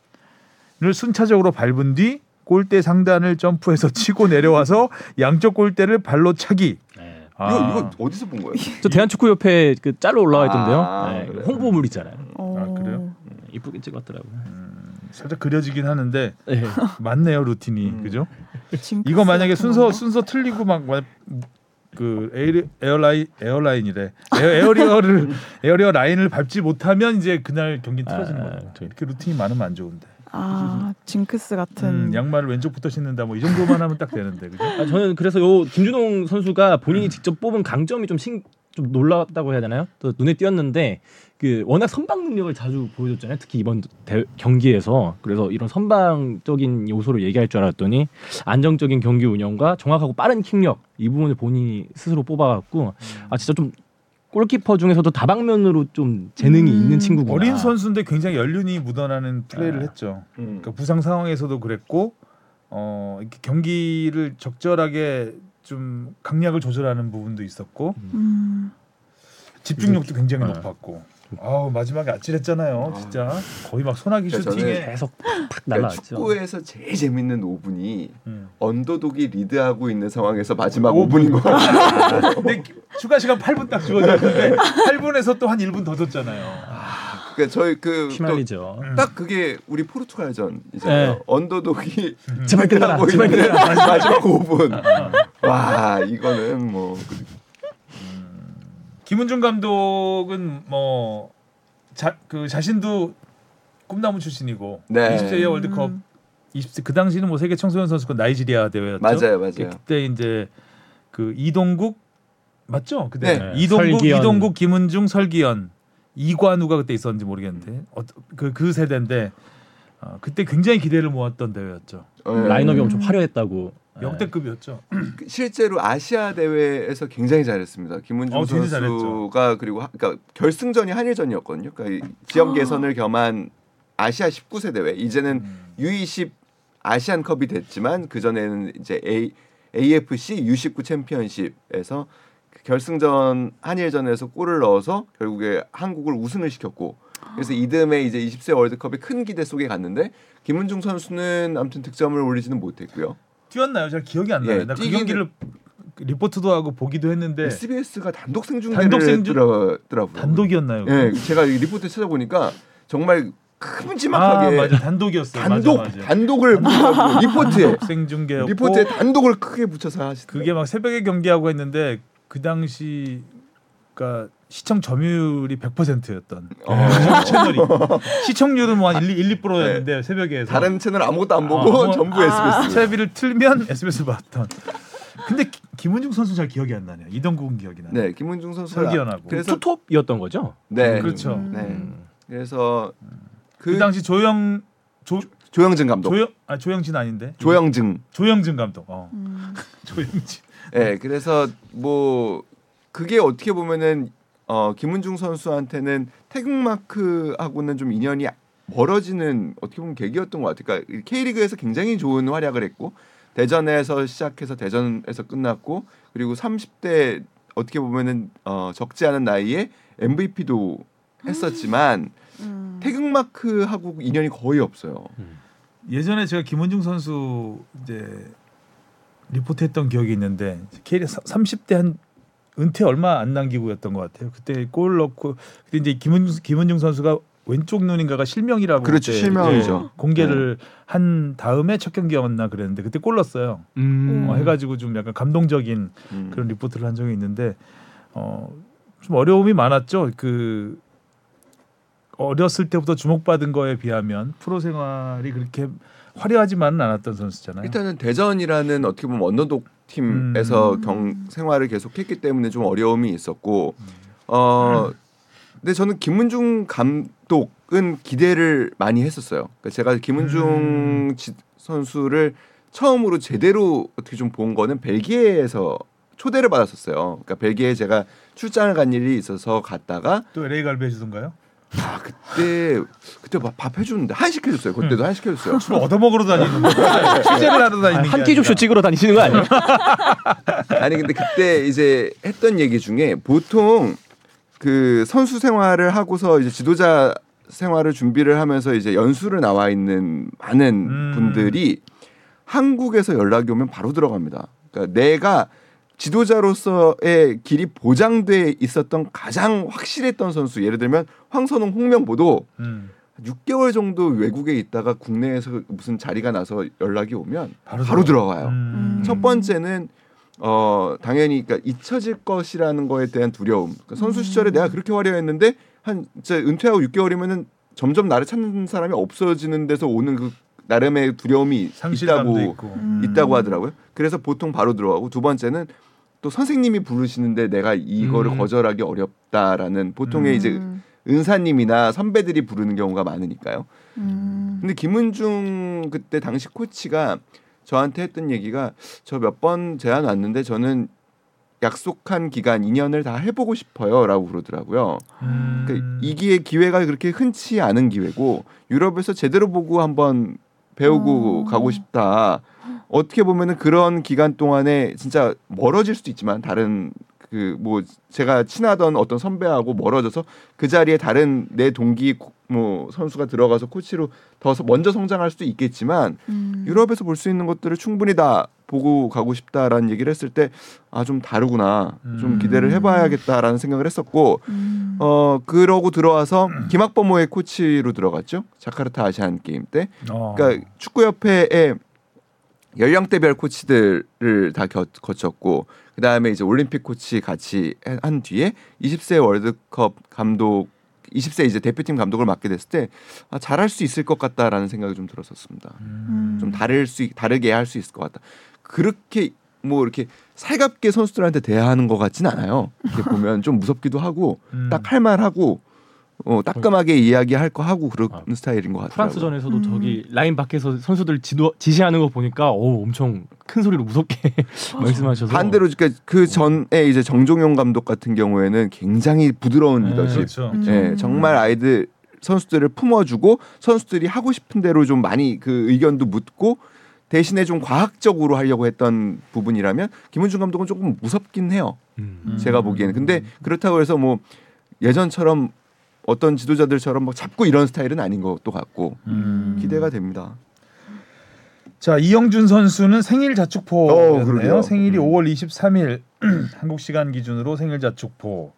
Speaker 2: 순차적으로 밟은 뒤 골대 상단을 점프해서 치고 내려와서 양쪽 골대를 발로 차기.
Speaker 3: 네.
Speaker 2: 아,
Speaker 4: 이거, 이거 어디서 본 거예요?
Speaker 3: 저 대한축구 옆에 그 짤로 올라와 있던데요.
Speaker 4: 아,
Speaker 3: 네,
Speaker 4: 그래요?
Speaker 3: 홍보물 있잖아요.
Speaker 1: 어.
Speaker 2: 아, 그래요?
Speaker 3: 네, 이쁘게 찍었더라고요.
Speaker 2: 살짝 그려지긴 하는데
Speaker 3: 네.
Speaker 2: 맞네요 루틴이
Speaker 4: 음.
Speaker 2: 그죠?
Speaker 1: 징크스
Speaker 2: 이거 만약에
Speaker 1: 같은
Speaker 2: 순서
Speaker 1: 건가?
Speaker 2: 순서 틀리고 막그 에어라인 에어라인이래 에어, 에어리어를 에어리어 라인을 밟지 못하면 이제 그날 경기
Speaker 3: 아,
Speaker 2: 틀어지는 거예요.
Speaker 3: 저기.
Speaker 2: 이렇게 루틴이 많으면 안 좋은데.
Speaker 1: 아 징크스 같은
Speaker 2: 음, 양말을 왼쪽부터 신는다 뭐 이 정도만 하면 딱 되는데 그죠?
Speaker 3: 아, 저는 그래서 요 김준홍 선수가 본인이 직접 뽑은 강점이 좀 신. 좀 놀랍다고 해야 되나요? 또 눈에 띄었는데 그 워낙 선방 능력을 자주 보여줬잖아요. 특히 이번 대- 경기에서 그래서 이런 선방적인 요소를 얘기할 줄 알았더니 안정적인 경기 운영과 정확하고 빠른 킥력 이 부분을 본인이 스스로 뽑아갖고 아 진짜 좀 골키퍼 중에서도 다방면으로 좀 재능이
Speaker 1: 음.
Speaker 3: 있는 친구구나.
Speaker 2: 어린 선수인데 굉장히 연륜이 묻어나는 플레이를
Speaker 3: 아.
Speaker 2: 했죠.
Speaker 4: 음.
Speaker 2: 그러니까 부상 상황에서도 그랬고 어 이렇게 경기를 적절하게 좀 강약을 조절하는 부분도 있었고
Speaker 1: 음.
Speaker 2: 집중력도 굉장히
Speaker 3: 네.
Speaker 2: 높았고 아우 마지막에 아찔했잖아요
Speaker 4: 아.
Speaker 2: 진짜 거의 막 소나기
Speaker 4: 그러니까
Speaker 2: 슈팅에
Speaker 3: 네, 계속 팍팍
Speaker 4: 그러니까
Speaker 3: 날라왔죠.
Speaker 4: 축구에서 제일 재밌는 5분이
Speaker 2: 음.
Speaker 4: 언더독이 리드하고 있는 상황에서 마지막
Speaker 2: 오
Speaker 4: 5분인 거 같아요.
Speaker 2: 근데 추가 시간 8분 딱 주어졌는데 8분에서 또 한 1분 더 줬잖아요
Speaker 4: 그러니까 저희 그 또
Speaker 3: 피말리죠.
Speaker 4: 딱 그게 우리 포르투갈전이잖아요.
Speaker 3: 네.
Speaker 4: 언더독이
Speaker 3: 제발 끝나라.
Speaker 4: 하고
Speaker 3: 제발
Speaker 4: 있는
Speaker 3: 끝나라.
Speaker 4: 마지막 5분. 와 이거는 뭐
Speaker 2: 김은중 감독은 뭐 자 그 자신도 꿈나무 출신이고
Speaker 4: 네.
Speaker 2: 20세 이하 월드컵
Speaker 1: 음.
Speaker 2: 20세 그 당시는 뭐 세계 청소년 선수권 나이지리아 대회였죠. 예,
Speaker 4: 맞아요, 맞아요.
Speaker 2: 그때 이제 그 이동국 맞죠? 그때
Speaker 3: 네.
Speaker 2: 이동국,
Speaker 3: 설기현.
Speaker 2: 이동국, 김은중, 설기현, 이관우가 그때 있었는지 모르겠는데
Speaker 4: 음.
Speaker 2: 그그 그 세대인데 어, 그때 굉장히 기대를 모았던 대회였죠.
Speaker 4: 예.
Speaker 3: 라인업이 엄청 화려했다고.
Speaker 4: 네.
Speaker 2: 역대급이었죠.
Speaker 4: 그 실제로 아시아 대회에서 굉장히 잘했습니다. 김은중
Speaker 2: 어,
Speaker 4: 선수가
Speaker 2: 굉장히
Speaker 4: 그리고 하- 그러니까 결승전이 한일전이었거든요. 그러니까 이 지역
Speaker 2: 아.
Speaker 4: 예선을 겸한 아시아 19세 대회. 이제는
Speaker 2: 음.
Speaker 4: U20 아시안컵이 됐지만 그 전에는 이제 A, AFC U19 챔피언십에서 그 결승전 한일전에서 골을 넣어서 결국에 한국을 우승을 시켰고 그래서 이듬해 이제 20세 월드컵에 큰 기대 속에 갔는데 김은중 선수는 아무튼 득점을 올리지는 못했고요.
Speaker 2: 뛰었나요? 잘 기억이 안
Speaker 4: 예,
Speaker 2: 나요. 나그
Speaker 4: 뛰기는-
Speaker 2: 경기를 리포트도 하고 보기도 했는데
Speaker 4: SBS가 단독
Speaker 2: 네. 단독
Speaker 4: 생중계를
Speaker 2: 생중-
Speaker 4: 했더라고요.
Speaker 2: 단독이었나요?
Speaker 4: 예, 제가 이 리포트 찾아보니까 정말
Speaker 2: 아
Speaker 4: 큼지막하게
Speaker 2: 맞아 단독이었어요.
Speaker 4: 단독
Speaker 2: 맞아, 맞아.
Speaker 4: 단독을 붙여가지고 리포트에
Speaker 2: 생중계였고
Speaker 4: 리포트에 단독을 크게 붙여서 하시더
Speaker 2: 그게 막 새벽에 경기하고 했는데 그 당시 그러니까 시청 점유율이 100%였던
Speaker 4: 어.
Speaker 2: 네, 채널이 시청률은 뭐한 1, 2%였는데 새벽에 해서
Speaker 4: 네. 다른 채널 아무것도 안 보고
Speaker 2: 아, 뭐-
Speaker 4: 전부 SBS.
Speaker 2: 채비를 틀면 SBS 를 봤던. 근데 기- 김은중 선수 잘 기억이 안 나네요. 이동국은 기억이 나네.
Speaker 4: 네, 김은중 선수
Speaker 2: 설기현하고.
Speaker 4: 그래서
Speaker 3: 투톱이었던 거죠.
Speaker 4: 네,
Speaker 2: 그렇죠.
Speaker 4: 네,
Speaker 3: 음.
Speaker 4: 그래서 그,
Speaker 2: 그, 당시 조영 조
Speaker 4: 조영진 감독,
Speaker 2: 조영 아 조영진 아닌데
Speaker 4: 조영진
Speaker 2: 조영진 감독. 어
Speaker 1: 음.
Speaker 2: 조영진.
Speaker 4: 예, 네, 그래서 뭐 그게 어떻게 보면은 어 김은중 선수한테는 태극마크하고는 좀 인연이 멀어지는 어떻게 보면 계기였던 것 같아요. 그러니까 K리그에서 굉장히 좋은 활약을 했고 대전에서 시작해서 대전에서 끝났고 그리고 30대 어떻게 보면은 어 적지 않은 나이에 MVP도 했었지만
Speaker 1: 음.
Speaker 4: 태극마크하고 인연이 거의 없어요.
Speaker 2: 예전에 제가 김은중 선수 이제 리포트했던 기억이 있는데 K리그 30대 한 은퇴 얼마 안 남기고였던 것 같아요. 그때 골 넣고 그때 이제 김은중, 김은중 선수가 왼쪽 눈인가가 실명이라고
Speaker 4: 그렇죠,
Speaker 2: 그때
Speaker 4: 실명이죠. 네.
Speaker 2: 예, 공개를 한 다음에 첫 경기였나 그랬는데 그때 골 넣었어요.
Speaker 1: 음.
Speaker 2: 어, 해가지고 좀 약간 감동적인
Speaker 4: 음.
Speaker 2: 그런 리포트를 한 적이 있는데 어, 좀 어려움이 많았죠. 그 어렸을 때부터 주목받은 거에 비하면 프로 생활이 그렇게 화려하지만은 않았던 선수잖아요.
Speaker 4: 일단은 대전이라는 어떻게 보면 언더독 팀에서
Speaker 1: 음.
Speaker 4: 경 생활을 계속했기 때문에 좀 어려움이 있었고 어 근데 저는 김문중 감독은 기대를 많이 했었어요. 그러니까 제가 김문중 지- 선수를 처음으로 제대로 어떻게 좀 본 거는 벨기에에서 초대를 받았었어요. 그러니까 벨기에 제가 출장을 간 일이 있어서 갔다가
Speaker 2: 또 LA 갈베주던가요?
Speaker 4: 아 그때 그때 밥- 밥 해줬는데 한식 해줬어요. 그때도 한식 해줬어요.
Speaker 2: 주로 얻어먹으러 다니는 거예요. 취재를 하러 다니는 게
Speaker 3: 한끼 줍쇼
Speaker 2: 아니라.
Speaker 3: 찍으러 다니시는 거 아니에요?
Speaker 4: 아니 근데 그때 이제 했던 얘기 중에 보통 그 선수 생활을 하고서 이제 지도자 생활을 준비를 하면서 이제 연수를 나와 있는 많은
Speaker 2: 음.
Speaker 4: 분들이 한국에서 연락이 오면 바로 들어갑니다. 그러니까 내가 지도자로서의 길이 보장돼 있었던 가장 확실했던 선수 예를 들면 황선홍 홍명보도
Speaker 2: 음.
Speaker 4: 6개월 정도 외국에 있다가 국내에서 무슨 자리가 나서 연락이 오면
Speaker 2: 바로
Speaker 4: 바로,
Speaker 2: 들어와.
Speaker 4: 들어와요.
Speaker 2: 음.
Speaker 4: 첫 번째는 어 당연히 그러니까 잊혀질 것이라는 거에 대한 두려움. 그러니까 선수
Speaker 2: 음.
Speaker 4: 시절에 내가 그렇게 화려했는데 한 이제 은퇴하고 6개월이면은 점점 나를 찾는 사람이 없어지는 데서 오는 그 나름의 두려움이
Speaker 2: 상실감도
Speaker 4: 있다고
Speaker 2: 있고. 음.
Speaker 1: 음,
Speaker 4: 있다고 하더라고요. 그래서 보통 바로 들어가고 두 번째는 또 선생님이 부르시는데 내가 이거를
Speaker 2: 음.
Speaker 4: 거절하기 어렵다라는 보통의
Speaker 2: 음.
Speaker 4: 이제 은사님이나 선배들이 부르는 경우가 많으니까요.
Speaker 1: 음,
Speaker 4: 근데 김은중 그때 당시 코치가 저한테 했던 얘기가 저 몇 번 제안 왔는데 저는 약속한 기간 2년을 다 해보고 싶어요라고 그러더라고요.
Speaker 2: 음.
Speaker 4: 그러니까 이기의 기회가 그렇게 흔치 않은 기회고 유럽에서 제대로 보고 한번 배우고
Speaker 1: 어.
Speaker 4: 가고 싶다. 어떻게 보면은 그런 기간 동안에 진짜 멀어질 수도 있지만 다른 그 뭐 제가 친하던 어떤 선배하고 멀어져서 그 자리에 다른 내 동기 코- 뭐 선수가 들어가서 코치로 더 서- 먼저 성장할 수도 있겠지만
Speaker 1: 음,
Speaker 2: 음.
Speaker 4: 유럽에서 볼 수 있는 것들을 충분히 다 보고 가고 싶다라는 얘기를 했을 때 아 좀 다르구나
Speaker 2: 음.
Speaker 4: 좀 기대를 해봐야겠다라는 생각을 했었고
Speaker 1: 음.
Speaker 4: 어 그러고 들어와서 김학범호의 코치로 들어갔죠 자카르타 아시안 게임 때
Speaker 2: 어.
Speaker 4: 그러니까 축구협회의 연령대별 코치들을 다 겨- 거쳤고 그 다음에 이제 올림픽 코치 같이 해- 한 뒤에 20세 월드컵 감독 20세 이제 대표팀 감독을 맡게 됐을 때 아, 잘할 수 있을 것 같다라는 생각이 좀 들었었습니다.
Speaker 2: 음.
Speaker 1: 음.
Speaker 4: 좀
Speaker 3: 아,
Speaker 4: 다를 수 있- 다르게 할 수 있을 것 같다. 그렇게 뭐 이렇게 살갑게 선수들한테 대하는 것 같진 않아요. 이렇게 보면 좀 무섭기도 하고
Speaker 2: 음.
Speaker 4: 딱 할 말하고 어, 따끔하게 이야기할 거 하고 그런 스타일인 것 같아요.
Speaker 3: 프랑스전에서도
Speaker 1: 음.
Speaker 3: 저기 라인 밖에서 선수들 지도, 지시하는 거 보니까 오 엄청 큰 소리로 무섭게 말씀하셔서
Speaker 4: 반대로 그러니까 그 전에 이제 정종용 감독 같은 경우에는 굉장히 부드러운 리더십.
Speaker 2: 그렇죠.
Speaker 1: 음.
Speaker 4: 예, 정말 아이들 선수들을 품어주고 선수들이 하고 싶은 대로 좀 많이 그 의견도 묻고 대신에 좀 과학적으로 하려고 했던 부분이라면 김은중 감독은 조금 무섭긴 해요.
Speaker 3: 음.
Speaker 4: 제가 보기에는. 근데 그렇다고 해서 뭐 예전처럼 어떤 지도자들처럼 막 잡고 이런 스타일은 아닌 것도 같고
Speaker 2: 음.
Speaker 4: 기대가 됩니다.
Speaker 2: 자 이영준 선수는 생일
Speaker 4: 어,
Speaker 2: 자축포였네요.
Speaker 4: 그러게요.
Speaker 2: 생일이
Speaker 4: 음.
Speaker 2: 5월 23일 한국 시간 기준으로 생일 자축포.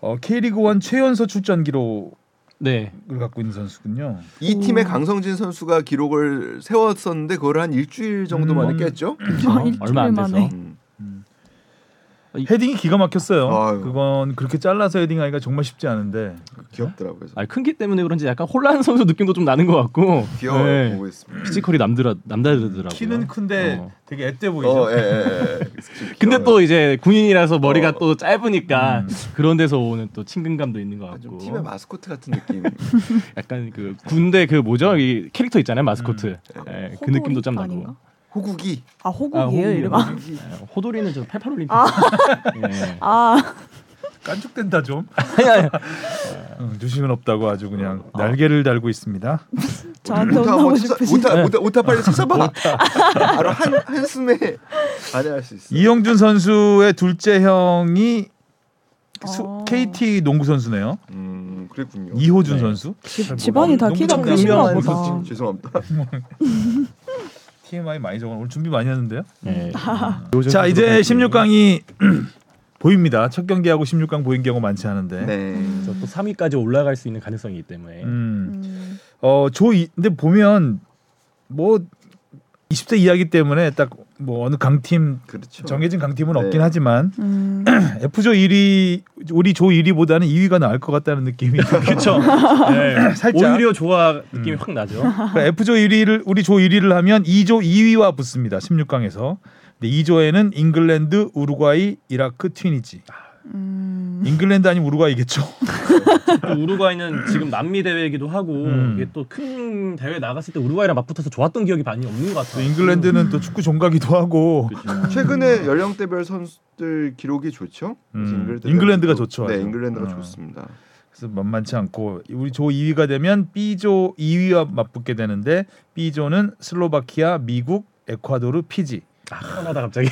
Speaker 2: 어, K리그 1 최연소 출전 기록을
Speaker 3: 네
Speaker 2: 갖고 있는 선수군요.
Speaker 4: 이 팀의
Speaker 1: 오.
Speaker 4: 강성진 선수가 기록을 세웠었는데 그걸 한 일주일 정도 만에
Speaker 2: 음.
Speaker 4: 깼죠.
Speaker 1: 아,
Speaker 3: 얼마 안 돼서. 네,
Speaker 4: 음.
Speaker 2: 헤딩이 기가 막혔어요.
Speaker 4: 아유.
Speaker 2: 그건 그렇게 잘라서 헤딩하기가 정말 쉽지 않은데.
Speaker 4: 귀엽더라고요.
Speaker 3: 아니 큰기 때문에 그런지 약간 혼란 선수 느낌도 좀 나는 것 같고
Speaker 4: 귀여워
Speaker 3: 네.
Speaker 4: 보고 있습니다.
Speaker 3: 피지컬이 남들아 남다르더라고요.
Speaker 2: 키는 큰데
Speaker 3: 어.
Speaker 2: 되게 앳돼 보이죠.
Speaker 4: 어, 예, 예, 예.
Speaker 3: 근데 또 이제 군인이라서 머리가
Speaker 4: 어.
Speaker 3: 또 짧으니까
Speaker 2: 음.
Speaker 3: 그런 데서 오는 또 친근감도 있는 것 같고
Speaker 4: 좀 팀의 마스코트 같은 느낌.
Speaker 3: 약간 그 군대 그 뭐죠 이 캐릭터 있잖아요 마스코트
Speaker 4: 음.
Speaker 3: 예, 그 느낌도 좀 나고
Speaker 1: 아닌가?
Speaker 4: 호국이
Speaker 1: 아
Speaker 3: 아, 호구예요.
Speaker 1: 호국이에요 이름 아,
Speaker 4: 호국이
Speaker 3: 예, 호돌이는 저 88올림픽
Speaker 1: 아.
Speaker 3: 예.
Speaker 1: 아
Speaker 2: 깐죽된다 좀.
Speaker 3: 아니, 아니.
Speaker 2: 응, 주심은 없다고 아주 그냥 날개를 달고 있습니다.
Speaker 1: 저한테
Speaker 4: 오타
Speaker 1: 혼나고
Speaker 4: 한번 찾아-
Speaker 1: 싶으신
Speaker 4: 오타 오타 오타 빨리 찾아봐. 바로 한 한숨에 반해할 수 있어.
Speaker 2: 이영준 선수의 둘째 형이 수-
Speaker 1: 어.
Speaker 2: KT 농구 선수네요.
Speaker 4: 음, 그랬군요.
Speaker 2: 이호준
Speaker 3: 네.
Speaker 2: 선수.
Speaker 4: 뭐
Speaker 1: 집- 집안이 다
Speaker 2: 농구
Speaker 1: 키가
Speaker 2: 좀
Speaker 1: 크신가
Speaker 2: 유명한
Speaker 1: 보다.
Speaker 4: 죄송합니다.
Speaker 2: TMI 많이 적어 오늘 준비 많이 했는데요.
Speaker 3: 예.
Speaker 2: 자 이제 16강이 보입니다. 첫 경기하고 16강 보인 경우 많지 않은데.
Speaker 4: 네.
Speaker 3: 그래서 또 3위까지 올라갈 수 있는 가능성이 있기 때문에
Speaker 2: 음.
Speaker 1: 음.
Speaker 2: 어조 근데 보면 뭐 20대 이야기 때문에 딱 뭐 어느 강팀
Speaker 4: 그렇죠.
Speaker 2: 정해진 강팀은 없긴
Speaker 4: 네.
Speaker 2: 하지만
Speaker 1: 음.
Speaker 2: F조 1위 우리 조 1위보다는 2위가 나을 것 같다는 느낌이
Speaker 3: 그렇죠.
Speaker 2: 살짝
Speaker 3: 오히려 조화 느낌이 확 나죠.
Speaker 2: 그러니까 F조 1위를 우리 조 1위를 하면 2조 2위와 붙습니다. 16강에서. 근데 2조에는 잉글랜드, 우루과이, 이라크, 튀니지. 아.
Speaker 1: 음.
Speaker 2: 잉글랜드 아니면 우루과이겠죠.
Speaker 3: 또 우루과이는 지금 남미 대회이기도 하고
Speaker 2: 음.
Speaker 3: 이게 또 큰 대회 나갔을 때 우루과이랑 맞붙어서 좋았던 기억이 많이 없는 것
Speaker 2: 또
Speaker 3: 같아요.
Speaker 2: 잉글랜드는 또 축구 종가기도 하고
Speaker 3: 그렇죠.
Speaker 4: 최근에 연령대별 선수들 기록이 좋죠. 그래서
Speaker 2: 음,
Speaker 4: 잉글랜드
Speaker 2: 잉글랜드가
Speaker 4: 선수도-
Speaker 2: 좋죠,
Speaker 4: 네,
Speaker 2: 아주.
Speaker 4: 잉글랜드가
Speaker 2: 어.
Speaker 4: 좋습니다.
Speaker 2: 그래서 만만치 않고 우리 조 2위가 되면 B조 2위와 맞붙게 되는데 B조는 슬로바키아, 미국, 에콰도르, 피지. 음.
Speaker 3: 아, 하나다 갑자기.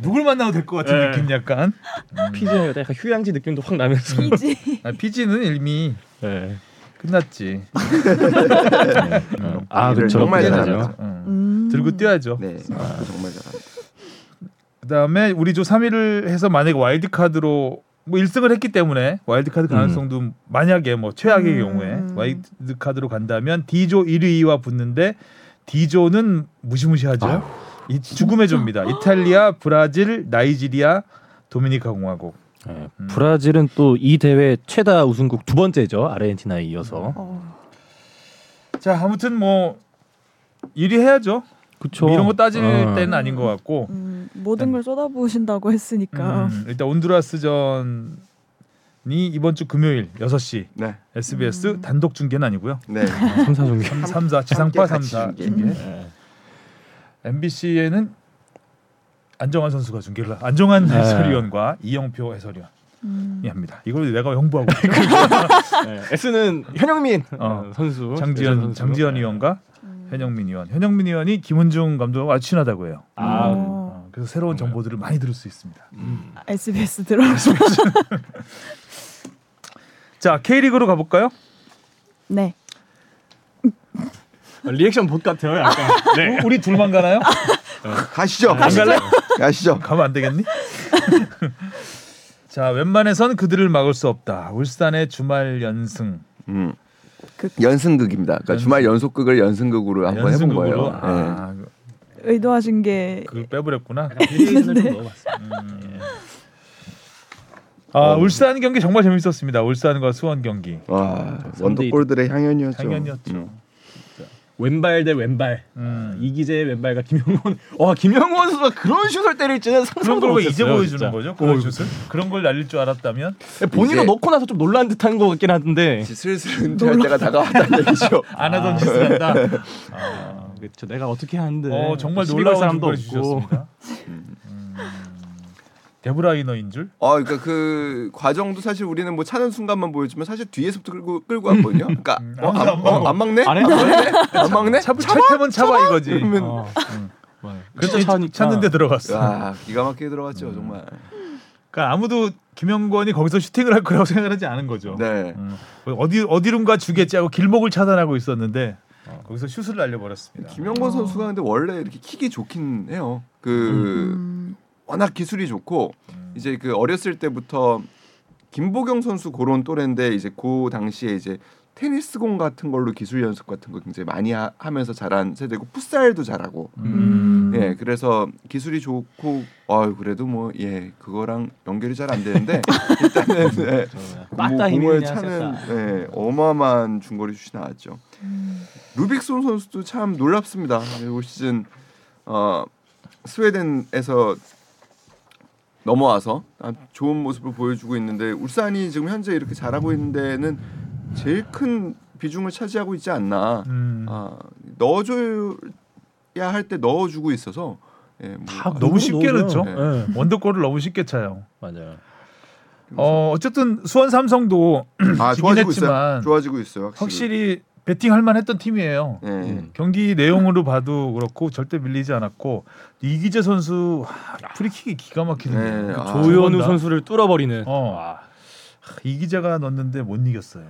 Speaker 2: 누굴 만나도 될 것 같은
Speaker 3: 네.
Speaker 2: 느낌 약간.
Speaker 3: 피지는 약간 휴양지 느낌도 확 나면서.
Speaker 4: 음.
Speaker 1: 이지.
Speaker 2: 아, 피지는 이미
Speaker 3: 네.
Speaker 2: 끝났지. 음.
Speaker 3: 아
Speaker 4: 일을
Speaker 3: 그렇죠.
Speaker 4: 정말
Speaker 3: 그렇긴
Speaker 4: 잘하죠.
Speaker 3: 하죠.
Speaker 2: 어.
Speaker 1: 음.
Speaker 2: 들고 뛰어야죠.
Speaker 4: 네, 정말 잘합니다.
Speaker 2: 그다음에 우리 조 3위를 해서 만약에 와일드 카드로 뭐 1승을 했기 때문에 와일드
Speaker 3: 음.
Speaker 2: 카드 가능성도 만약에 뭐 최악의
Speaker 1: 음.
Speaker 2: 경우에 와일드 카드로 간다면 D조 1위와 붙는데 D조는 무시무시하죠.
Speaker 3: 아유,
Speaker 2: 이 죽음의 조입니다. 이탈리아, 브라질, 나이지리아, 도미니카 공화국.
Speaker 3: 네.
Speaker 2: 음.
Speaker 3: 브라질은 또 이 대회 최다 우승국 두 번째죠. 아르헨티나에 이어서.
Speaker 2: 음.
Speaker 1: 어.
Speaker 2: 자, 아무튼 뭐 1위 해야죠.
Speaker 3: 그렇죠.
Speaker 2: 뭐 이런 거 따질
Speaker 3: 어.
Speaker 2: 때는 아닌 것 같고.
Speaker 1: 음,
Speaker 3: 네.
Speaker 1: 그러니까. 모든 걸 쏟아부으신다고 했으니까.
Speaker 2: 음, 일단 온두라스전이 이번 주 금요일 6시
Speaker 4: 네,
Speaker 2: SBS
Speaker 1: 음.
Speaker 2: 단독 중계는 아니고요.
Speaker 4: 네.
Speaker 3: 3, 4 종교.
Speaker 2: 3사 지상파
Speaker 4: 함께 같이 음.
Speaker 2: 3사 예.
Speaker 4: 중계.
Speaker 2: 중계. MBC에는 안정환 선수가 중계를 하- 안정환
Speaker 3: 네.
Speaker 2: 해설위원과 이영표 해설위원이
Speaker 1: 음.
Speaker 2: 합니다. 이걸 내가 홍보하고 있죠.
Speaker 3: 네. S는 현영민
Speaker 2: 어.
Speaker 3: 선수. 예전
Speaker 2: 장지현
Speaker 3: 그 선수.
Speaker 2: 장지현 위원과
Speaker 4: 음.
Speaker 2: 현영민 위원. 현영민 위원이 김은중 감독하고 아주 친하다고 해요.
Speaker 3: 아,
Speaker 1: 어.
Speaker 2: 어, 그래서 새로운 정보들을 많이 들을 수 있습니다.
Speaker 3: 음.
Speaker 1: SBS 들어.
Speaker 2: 자 K리그로 가볼까요?
Speaker 1: 네.
Speaker 3: 리액션 봇 같아요. 약간. 네.
Speaker 2: 우리 둘만 가나요?
Speaker 4: 가시죠.
Speaker 2: 안 갈래?
Speaker 4: 가시죠.
Speaker 2: 가면 안 되겠니? 자 웬만해선 그들을 막을 수 없다. 울산의 주말 연승.
Speaker 4: 음.
Speaker 1: 극.
Speaker 4: 연승극입니다. 그러니까 주말 연속극을 연승극으로 한번 해본
Speaker 2: 연승극으로?
Speaker 4: 거예요. 네.
Speaker 2: 아,
Speaker 1: 의도하신 게
Speaker 2: 그걸 빼버렸구나.
Speaker 3: 네. 좀 넣어봤어요.
Speaker 2: 아 울산 경기 정말 재밌었습니다. 울산과 수원 경기
Speaker 4: 와,
Speaker 3: 선데이.
Speaker 4: 원더골들의 향연이었죠.
Speaker 2: 당연이었죠.
Speaker 4: 음.
Speaker 3: 왼발 대 왼발.
Speaker 2: 음.
Speaker 3: 이기재의 왼발과 김영권. 와 김영권 선수가 그런 슛을 때릴지는
Speaker 2: 그런
Speaker 3: 상상도
Speaker 2: 걸 왜
Speaker 3: 못했어요.
Speaker 2: 이제 보여주는 뭐 거죠?
Speaker 3: 진짜. 어,
Speaker 2: 그런 슛을 그런 걸 날릴 줄 알았다면
Speaker 3: 본인도
Speaker 4: 이제-
Speaker 3: 넣고 나서 좀 놀란 듯한 것 같긴 한데.
Speaker 4: 슬슬 은퇴할 때가 다가왔다는 얘기죠.
Speaker 2: 안 하던 짓을 한다.
Speaker 3: 아, 그렇죠. 내가 어떻게 하는데.
Speaker 2: 어 정말
Speaker 3: 뭐 시비걸
Speaker 2: 놀라운 사람도 주셨습니다. 음. 데브라이너인 줄.
Speaker 4: 어, 그러니까 그 과정도 사실 우리는 뭐 차는 순간만 보였지만 사실 뒤에서부터 끌고 끌고 왔거든요. 그러니까 어, 안, 어, 안 막네?
Speaker 3: 안 해?
Speaker 4: 막네? 안 막네?
Speaker 2: 차부 차태면 차봐 이거지.
Speaker 4: 그러면 아.
Speaker 3: 어. 맞아요.
Speaker 2: 그래서
Speaker 3: 진짜 차니까.
Speaker 2: 찾는데 들어갔어.
Speaker 4: 와, 기가 막히게 들어갔죠, 정말.
Speaker 2: 그러니까 아무도 김영권이 거기서 슈팅을 할 거라고 생각하지 않은 거죠.
Speaker 4: 네.
Speaker 2: 음, 어디 어디론가 주겠지 하고 길목을 차단하고 있었는데 거기서 슛을 날려버렸습니다.
Speaker 4: 김영권 선수가 근데 원래 이렇게 킥이 좋긴 해요. 그 워낙 기술이 좋고
Speaker 2: 음.
Speaker 4: 이제 그 어렸을 때부터 김보경 선수 그런 또래인데 이제 그 당시에 이제 테니스공 같은 걸로 기술 연습 같은 거 굉장히 많이 하, 면서 자란 세대고 풋살도 잘하고
Speaker 1: 음.
Speaker 4: 예 그래서 기술이 좋고 아유 그래도 뭐 예 그거랑 연결이 잘 안 되는데 일단은 예,
Speaker 3: 빠따 힘이
Speaker 4: 공을
Speaker 3: 그냥
Speaker 4: 차는
Speaker 3: 셌다.
Speaker 4: 예, 어마어마한 중거리 슛이 나왔죠.
Speaker 2: 음.
Speaker 4: 루빅손 선수도 참 놀랍습니다. 올 시즌 어, 스웨덴에서 넘어와서 아, 좋은 모습을 보여주고 있는데 울산이 지금 현재 이렇게 잘하고 있는 데는 제일 큰 비중을 차지하고 있지 않나.
Speaker 2: 음.
Speaker 4: 아, 넣어줘야 할 때 넣어주고 있어서 예, 뭐,
Speaker 2: 아, 너무 쉽게
Speaker 3: 너무 네.
Speaker 2: 넣죠.
Speaker 4: 넣어요.
Speaker 2: 예, 원더골을 너무 쉽게 차요.
Speaker 3: 맞아요.
Speaker 2: 어, 어쨌든 수원 삼성도
Speaker 4: 아,
Speaker 2: 지긴
Speaker 4: 좋아지고
Speaker 2: 했지만
Speaker 4: 있어요. 좋아지고 있어요. 확실히.
Speaker 2: 확실히 배팅할 만했던 팀이에요.
Speaker 4: 예.
Speaker 3: 음.
Speaker 2: 경기 내용으로 봐도 그렇고 절대 밀리지 않았고 이기재 선수 와, 프리킥이 기가 막히는데
Speaker 4: 네, 아.
Speaker 3: 조현우
Speaker 2: 아.
Speaker 3: 선수를 아. 뚫어버리는.
Speaker 2: 어. 하, 이기재가 넣었는데 못 이겼어요.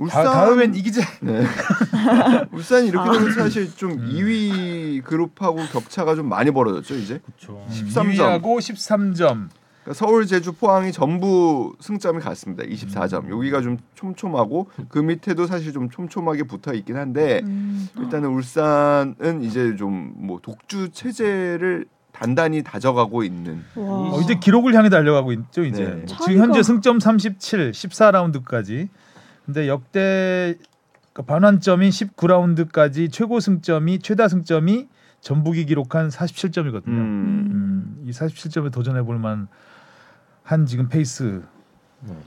Speaker 4: 울산
Speaker 2: 다, 다음엔 이기재
Speaker 4: 네. 울산이 이렇게 되면 사실 좀
Speaker 2: 음.
Speaker 4: 2위 그룹하고 격차가 좀 많이 벌어졌죠 이제.
Speaker 2: 아,
Speaker 3: 그렇죠.
Speaker 4: 13점.
Speaker 2: 음. 2위하고 13점.
Speaker 4: 그러니까 서울, 제주, 포항이 전부 승점이 같습니다. 24점.
Speaker 2: 음.
Speaker 4: 여기가 좀 촘촘하고 그 밑에도 사실 좀 촘촘하게 붙어 있긴 한데
Speaker 1: 음.
Speaker 4: 일단은 울산은 이제 좀 뭐 독주 체제를 단단히 다져가고 있는.
Speaker 1: 와.
Speaker 2: 어, 이제 기록을 향해 달려가고 있죠 이제 뭐
Speaker 4: 네.
Speaker 2: 지금 현재
Speaker 1: 차이가-
Speaker 2: 승점 37, 14라운드까지 근데 역대 그러니까 반환점인 19라운드까지 최고 승점이 최다 승점이 전북이 기록한 47점이거든요. 음.
Speaker 4: 음.
Speaker 2: 이 47점에 도전해 볼 만한 지금 페이스.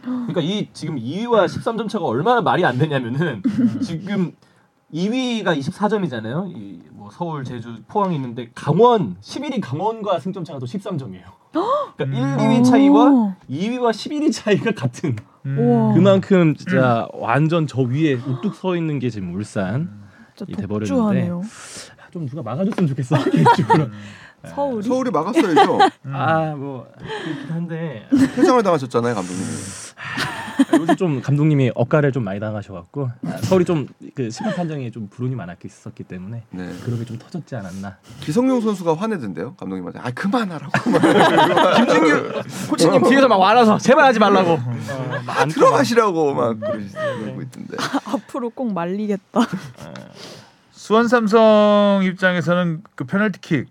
Speaker 3: 그러니까 이 지금 2위와 13점 차가 얼마나 말이 안 되냐면은 지금 2위가 24점이잖아요. 이 뭐 서울, 제주, 포항이 있는데 강원 11위 강원과 승점 차가 또 13점이에요. 그러니까 1, 2위 차이와 2위와 11위 차이가 같은
Speaker 2: 음.
Speaker 1: 우와.
Speaker 3: 그만큼 진짜 완전 저 위에 우뚝 서 있는 게 지금 울산.
Speaker 1: 진짜
Speaker 3: 돼버렸는데.
Speaker 1: 독주하네요.
Speaker 3: 아, 좀 누가 막아줬으면 좋겠어. 개인적으로.
Speaker 1: 서울이
Speaker 4: 서울이 막았어야죠.
Speaker 3: 음. 아뭐 그렇긴 한데
Speaker 4: 퇴장을 당하셨잖아요 감독님.
Speaker 3: 아, 요즘 좀 감독님이 억가를 좀 많이 당하셔갖고 아, 서울이 좀그 심판 판정에 좀 불운이 많았었기 때문에
Speaker 4: 네.
Speaker 3: 그런 게 좀 터졌지 않았나.
Speaker 4: 기성용 선수가 화내던데요 감독님한테. 아 그만하라고.
Speaker 3: 코치님 뒤에서 막 와라서 제발 하지 말라고. 어, 안
Speaker 2: 음.
Speaker 4: 들어가시라고 막 그러시고
Speaker 2: 네.
Speaker 4: 있던데.
Speaker 1: 앞으로 꼭 말리겠다.
Speaker 2: 수원 삼성 입장에서는 그 페널티킥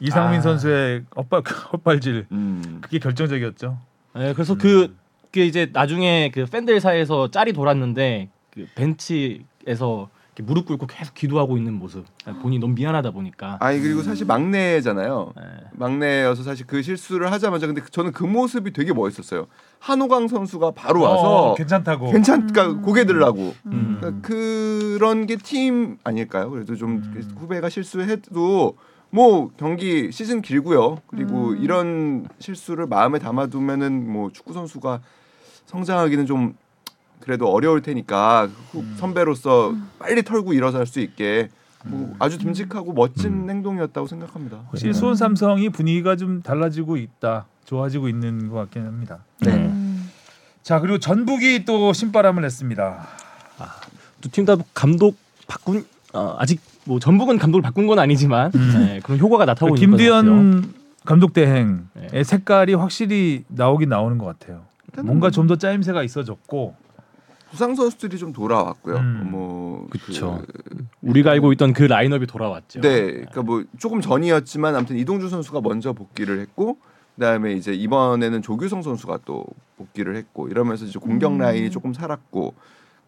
Speaker 2: 이상민
Speaker 3: 아.
Speaker 2: 선수의 헛발 헛발질
Speaker 4: 음.
Speaker 2: 그게 결정적이었죠.
Speaker 3: 네, 그래서 그, 그 이제 나중에 그 팬들 사이에서 짤이 돌았는데 그 벤치에서 이렇게 무릎 꿇고 계속 기도하고 있는 모습. 본인이 너무 미안하다 보니까.
Speaker 4: 아니 그리고 사실 막내잖아요.
Speaker 3: 네.
Speaker 4: 막내여서 사실 그 실수를 하자마자 근데 저는 그 모습이 되게 멋있었어요. 한호강 선수가 바로 와서
Speaker 2: 어, 괜찮다고.
Speaker 4: 괜찮까 그러니까 고개 들라고
Speaker 3: 음.
Speaker 4: 그러니까 그런 게 팀 아닐까요? 그래도 좀 후배가 실수해도 뭐 경기 시즌 길고요. 그리고 이런 실수를 마음에 담아두면은 뭐 축구 선수가 성장하기는 좀 그래도 어려울 테니까 후- 선배로서 빨리 털고 일어설 수 있게 뭐 아주 듬직하고 멋진 행동이었다고 생각합니다.
Speaker 2: 혹시 수원 삼성이 분위기가 좀 달라지고 있다, 좋아지고 있는 것 같긴 합니다.
Speaker 3: 네.
Speaker 1: 음.
Speaker 2: 자 그리고 전북이 또 신바람을 냈습니다.
Speaker 3: 두팀 다 감독 바꾼 어, 아직 뭐 전북은 감독을 바꾼 건 아니지만 네, 그런 효과가 나타나고 있는 것 같아요.
Speaker 2: 김두현 감독 대행의
Speaker 3: 네.
Speaker 2: 색깔이 확실히 나오긴 나오는 것 같아요. 뭔가 좀 더 짜임새가 있어졌고
Speaker 4: 부상 선수들이 좀 돌아왔고요.
Speaker 2: 음.
Speaker 4: 뭐
Speaker 3: 그쵸. 우리가 알고 있던 그 라인업이 돌아왔죠.
Speaker 4: 네, 그러니까 뭐 조금 전이었지만 아무튼 이동준 선수가 먼저 복귀를 했고 그다음에 이제 이번에는 조규성 선수가 또 복귀를 했고 이러면서 이제 공격 라인이 조금 살았고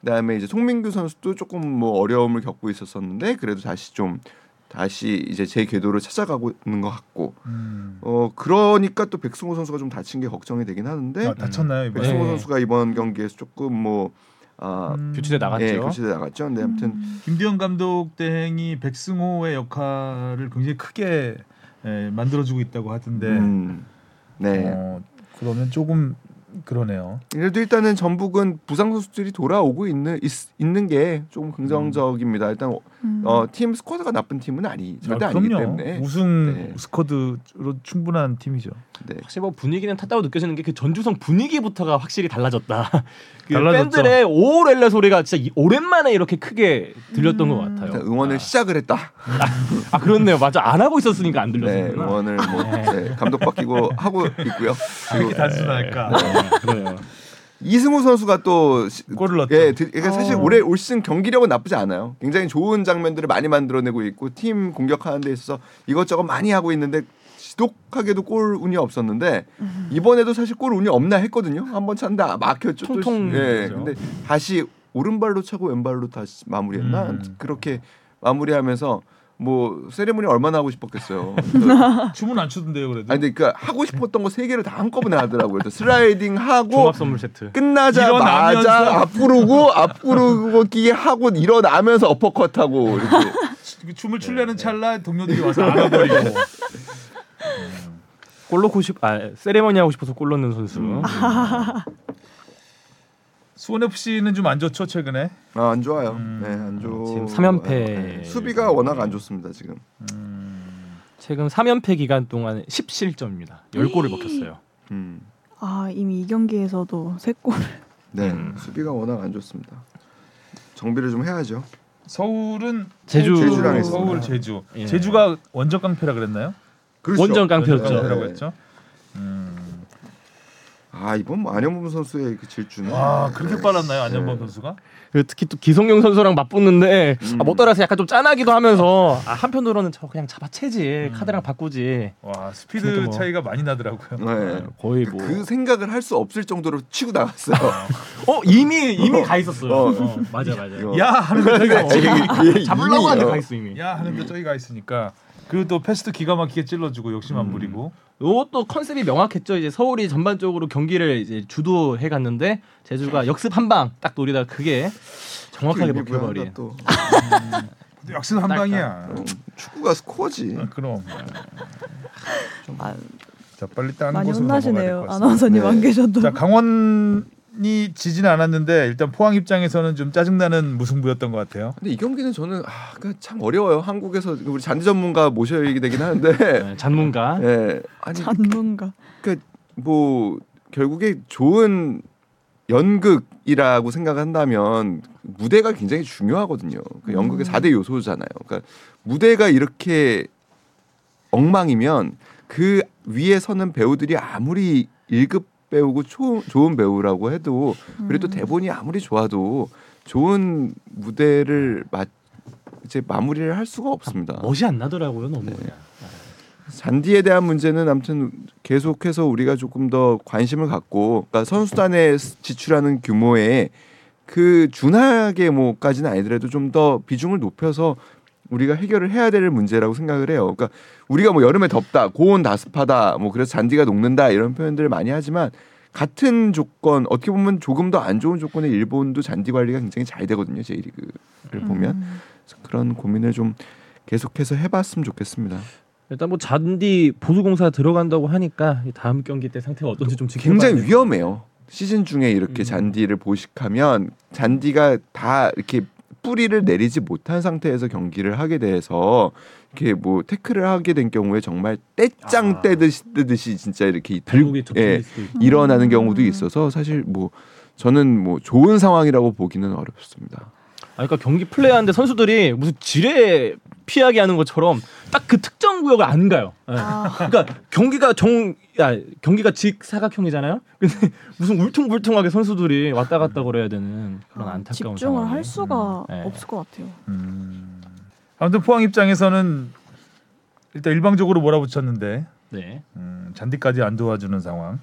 Speaker 4: 그다음에 이제 송민규 선수도 조금 뭐 어려움을 겪고 있었었는데 그래도 다시 좀 다시 이제 제 궤도를 찾아가고 있는 것 같고
Speaker 2: 음.
Speaker 4: 어 그러니까 또 백승호 선수가 좀 다친 게 걱정이 되긴 하는데
Speaker 2: 아, 다쳤나요 이번에?
Speaker 4: 백승호
Speaker 3: 네.
Speaker 4: 선수가 이번 경기에서 조금 뭐 아,
Speaker 2: 음.
Speaker 3: 교체돼 나갔죠.
Speaker 4: 예, 교체돼 나갔죠.
Speaker 1: 음.
Speaker 4: 근데 아무튼
Speaker 2: 김두현 감독 대행이 백승호의 역할을 굉장히 크게 예, 만들어주고 있다고 하던데
Speaker 4: 음, 네.
Speaker 2: 어, 그러면 조금 그러네요.
Speaker 4: 그래도 일단은 전북은 부상 선수들이 돌아오고 있는 있, 는게 조금 긍정적입니다. 일단
Speaker 1: 음.
Speaker 4: 어, 팀 스쿼드가 나쁜 팀은 아니 절대
Speaker 2: 아,
Speaker 4: 아, 니기
Speaker 2: 그럼요.
Speaker 4: 때문에
Speaker 2: 우승
Speaker 4: 네.
Speaker 2: 스쿼드로 충분한 팀이죠.
Speaker 4: 네.
Speaker 3: 확실히 뭐 분위기는 탔다고 느껴지는 게 그 전주성 분위기부터가 확실히 달라졌다. 그
Speaker 2: 달라졌죠.
Speaker 3: 팬들의 오렐레 소리가 진짜 이- 오랜만에 이렇게 크게 들렸던 것 같아요.
Speaker 4: 일단 음. 응원을
Speaker 3: 아,
Speaker 4: 시작을 했다.
Speaker 3: 아 그렇네요. 맞아 안 하고 있었으니까 안
Speaker 4: 네,
Speaker 3: 들렸어요.
Speaker 4: 응원을 뭐 네, 감독 바뀌고 하고 있고요. 그리고
Speaker 2: 단순할까?
Speaker 3: 그래요.
Speaker 4: 이승우 선수가 또 시-
Speaker 2: 네. 골을 넣었죠.
Speaker 4: 예, 드-
Speaker 3: 아.
Speaker 4: 그러니까 사실
Speaker 1: 어.
Speaker 4: 올해 올 시즌 경기력은 나쁘지 않아요. 굉장히 좋은 장면들을 많이 만들어내고 있고 팀 공격하는 데 있어서 이것저것 많이 하고 있는데 지독하게도 골 운이 없었는데
Speaker 3: 음.
Speaker 4: 이번에도 사실 골 운이 없나 했거든요. 한번 찬다 막혔죠. 또 시-
Speaker 3: 통통
Speaker 4: 예,
Speaker 3: 됐죠.
Speaker 4: 근데 다시 오른발로 차고 왼발로 다시 마무리했나
Speaker 2: 음.
Speaker 4: 그렇게 마무리하면서 뭐 세레모니 얼마나 하고 싶었겠어요.
Speaker 2: 춤은 안 추던데요 그래도.
Speaker 4: 아 근데 그 하고 싶었던 거 세 개를 다 한꺼번에 하더라고요. 또 슬라이딩 하고
Speaker 3: 종합 선물 세트.
Speaker 2: 일어나면서.
Speaker 4: 끝나자마자 앞구르고 앞구르고 끼게 하고 일어나면서 어퍼컷하고 이렇게
Speaker 2: 그 춤을 출려는
Speaker 4: 네.
Speaker 2: 찰나 동료들이 와서 안아버리고
Speaker 3: 골 넣고 싶, 아 세레머니 하고 싶어서 골 넣는 선수.
Speaker 4: 음.
Speaker 2: 수원 FC는 좀 안 좋죠 최근에
Speaker 4: 아, 안 좋아요. 네, 안 좋.
Speaker 3: 음. 지금 삼연패.
Speaker 4: 수비가 워낙 안 좋습니다 지금.
Speaker 3: 최근 3연패 기간 동안 10실점입니다. 10골을 먹혔어요.
Speaker 4: 음.
Speaker 1: 아 이미 이 경기에서도 세 골.
Speaker 4: 네,
Speaker 3: 음.
Speaker 4: 수비가 워낙 안 좋습니다. 정비를 좀 해야죠.
Speaker 2: 서울은
Speaker 3: 제주.
Speaker 4: 제주랑 했습니다.
Speaker 2: 서울 제주
Speaker 3: 예.
Speaker 2: 제주가 원정 깡패라 그랬나요?
Speaker 4: 그렇죠.
Speaker 3: 원정 깡패였죠.
Speaker 2: 원정 깡패라고
Speaker 4: 네.
Speaker 2: 했죠. 음.
Speaker 4: 아 이번 뭐 안현범 선수의 그 질주는.
Speaker 2: 와 아, 그렇게
Speaker 4: 네.
Speaker 2: 빨랐나요
Speaker 4: 네.
Speaker 2: 안현범 선수가?
Speaker 3: 그리고 특히 또 기성용 선수랑 맞붙는데
Speaker 4: 음.
Speaker 3: 아, 못 따라서 약간 좀 짠하기도 하면서 아, 한편으로는 저 그냥 잡아채지
Speaker 4: 음.
Speaker 3: 카드랑 바꾸지
Speaker 2: 와 스피드
Speaker 3: 진짜 뭐.
Speaker 2: 차이가 많이 나더라고요.
Speaker 4: 네.
Speaker 3: 거의
Speaker 4: 그,
Speaker 3: 뭐
Speaker 4: 그 생각을 할 수 없을 정도로 치고 나갔어요.
Speaker 3: 어, 이미 이미 가 있었어요.
Speaker 4: 어. 그러니까
Speaker 3: 어, 맞아 맞아.
Speaker 4: 이거.
Speaker 2: 야 하는데 저기 가 있어.
Speaker 3: 잡으려고 하는데 가 있어 이미.
Speaker 2: 야 하는데 저기 가 있으니까 그리고 또 패스도 기가 막히게 찔러주고 욕심 안 부리고
Speaker 3: 이것도 컨셉이 명확했죠. 이제 서울이 전반적으로 경기를 이제 주도해 갔는데 제주가 역습 한 방 딱 노리다 그게 정확하게
Speaker 4: 의미 부여한다,
Speaker 3: 먹혀버린.
Speaker 4: 또.
Speaker 2: 역시 한 방이야.
Speaker 4: 어, 축구가 스코어지.
Speaker 2: 아, 그럼
Speaker 1: 아,
Speaker 2: 자 빨리 다른
Speaker 1: 많이 아,
Speaker 2: 곳으로 넘어가야
Speaker 1: 혼나시네요.
Speaker 2: 될것 같습니다.
Speaker 1: 아나운서님
Speaker 4: 네.
Speaker 1: 안 계셔도.
Speaker 2: 자 강원 포항이 지진 않았는데 일단 포항 입장에서는 좀 짜증나는 무승부였던 것 같아요.
Speaker 4: 근데 이 경기는 저는 아, 그참 어려워요. 한국에서 우리 잔디 전문가 모셔야 되긴 하는데
Speaker 3: 네, 잔문가.
Speaker 4: 예. 아니
Speaker 1: 전문가.
Speaker 4: 뭐 결국에 좋은 연극이라고 생각한다면 무대가 굉장히 중요하거든요. 그
Speaker 1: 음.
Speaker 4: 연극의 사 4대 요소잖아요. 그러니까 무대가 이렇게 엉망이면 그 위에 서는 배우들이 아무리 1급 배우고 초, 좋은 배우라고 해도 그래도 대본이 아무리 좋아도 좋은 무대를 마, 이제 마무리를 할 수가 없습니다.
Speaker 3: 멋이 안 나더라고요 너무
Speaker 4: 네.
Speaker 3: 그냥.
Speaker 4: 잔디에 대한 문제는 아무튼 계속해서 우리가 조금 더 관심을 갖고 그러니까 선수단에 스- 지출하는 규모에 그 준하게 뭐까지는 아니더라도 좀 더 비중을 높여서 우리가 해결을 해야 될 문제라고 생각을 해요. 그러니까 우리가 뭐 여름에 덥다, 고온 다습하다, 뭐 그래서 잔디가 녹는다 이런 표현들을 많이 하지만 같은 조건 어떻게 보면 조금 더 안 좋은 조건의 일본도 잔디 관리가 굉장히 잘 되거든요. J리그를 보면 그래서 그런 고민을 좀 계속해서 해봤으면 좋겠습니다.
Speaker 3: 일단 뭐 잔디 보수공사 들어간다고 하니까 이 다음 경기 때 상태가 어떤지 좀 지켜봐야
Speaker 4: 굉장히
Speaker 3: 돼요.
Speaker 4: 위험해요. 시즌 중에
Speaker 3: 음.
Speaker 4: 이렇게 잔디를 보식하면 잔디가 다 이렇게 뿌리를 내리지 못한 상태에서 경기를 하게 돼서 이렇게 뭐 태클을 하게 된 경우에 정말 떼짱
Speaker 3: 아.
Speaker 4: 떼듯이 떼듯이 진짜 이렇게 들-
Speaker 3: 발목이 접촉일
Speaker 4: 예,
Speaker 3: 수도 있고.
Speaker 4: 일어나는 경우도 있어서 사실 뭐 저는 뭐 좋은 상황이라고 보기는 어렵습니다.
Speaker 3: 아, 그러니까 경기 플레이하는데 선수들이 무슨 지뢰 피하게 하는 것처럼 딱 그 특정 구역을 안 가요. 예.
Speaker 1: 아,
Speaker 3: 그러니까 경기가 정, 야, 경기가 직사각형이잖아요. 근데 무슨 울퉁불퉁하게 선수들이 왔다 갔다 그래야 되는 그런 안타까운
Speaker 1: 아, 집중을
Speaker 3: 상황이.
Speaker 1: 할 수가
Speaker 3: 음, 네.
Speaker 1: 없을 것 같아요.
Speaker 2: 음. 아무튼 포항 입장에서는 일단 일방적으로 몰아붙였는데
Speaker 3: 네.
Speaker 2: 음, 잔디까지 안 도와주는 상황.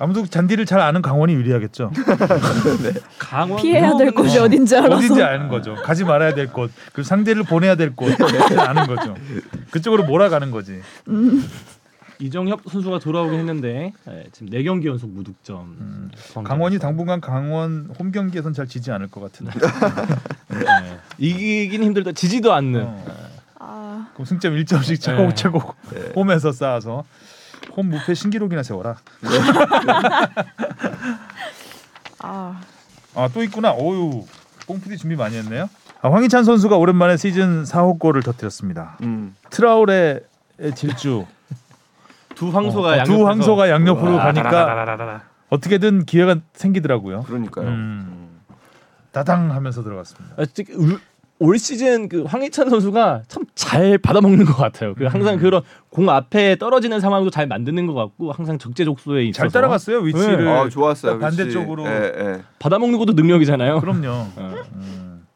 Speaker 2: 아무도 잔디를 잘 아는 강원이 유리하겠죠.
Speaker 3: 강원
Speaker 1: 피해야 될
Speaker 3: 강원은
Speaker 1: 곳이 어딘지 알아서.
Speaker 2: 어딘지 아는 거죠. 가지 말아야 될 곳, 그 상대를 보내야 될 곳, 네, 아는 거죠. 그쪽으로 몰아가는 거지.
Speaker 3: 이정협 선수가 돌아오긴 했는데 예, 지금 네 경기 연속 무득점. 음, 포항전에서.
Speaker 2: 음, 강원이 당분간 강원 홈 경기에선 잘 지지 않을 것 같은데.
Speaker 3: 네. 예. 이기긴 힘들다. 지지도 않는.
Speaker 2: 어.
Speaker 1: 아,
Speaker 2: 그럼 승점 1점씩
Speaker 3: 네.
Speaker 2: 차곡차곡 홈에서 쌓아서 홈 무패 신기록이나 세워라.
Speaker 1: 아,
Speaker 2: 아 또 있구나. 어유 뽕푸디 준비 많이 했네요. 아, 황희찬 선수가 오랜만에 시즌 4호 골을 터뜨렸습니다.
Speaker 4: 음.
Speaker 2: 트라우레의 질주.
Speaker 3: 두 황소가
Speaker 2: 어,
Speaker 3: 양옆에서
Speaker 2: 두 황소가 양옆으로 가니까
Speaker 3: 라라라라라라.
Speaker 2: 어떻게든 기회가 생기더라고요.
Speaker 4: 그러니까요.
Speaker 2: 음. 다당 하면서 들어갔습니다.
Speaker 3: 아, 진짜 울- 올 시즌 그 황희찬 선수가 참 잘 받아먹는 것 같아요. 그 항상 그런 공 앞에 떨어지는 상황도 잘 만드는 것 같고 항상 적재적소에 있어서
Speaker 2: 잘 따라갔어요 위치를.
Speaker 3: 네.
Speaker 4: 아 좋았어요.
Speaker 2: 그 반대쪽으로.
Speaker 4: 예, 예.
Speaker 3: 받아먹는 것도 능력이잖아요.
Speaker 2: 그럼요.
Speaker 3: 어,
Speaker 2: 음.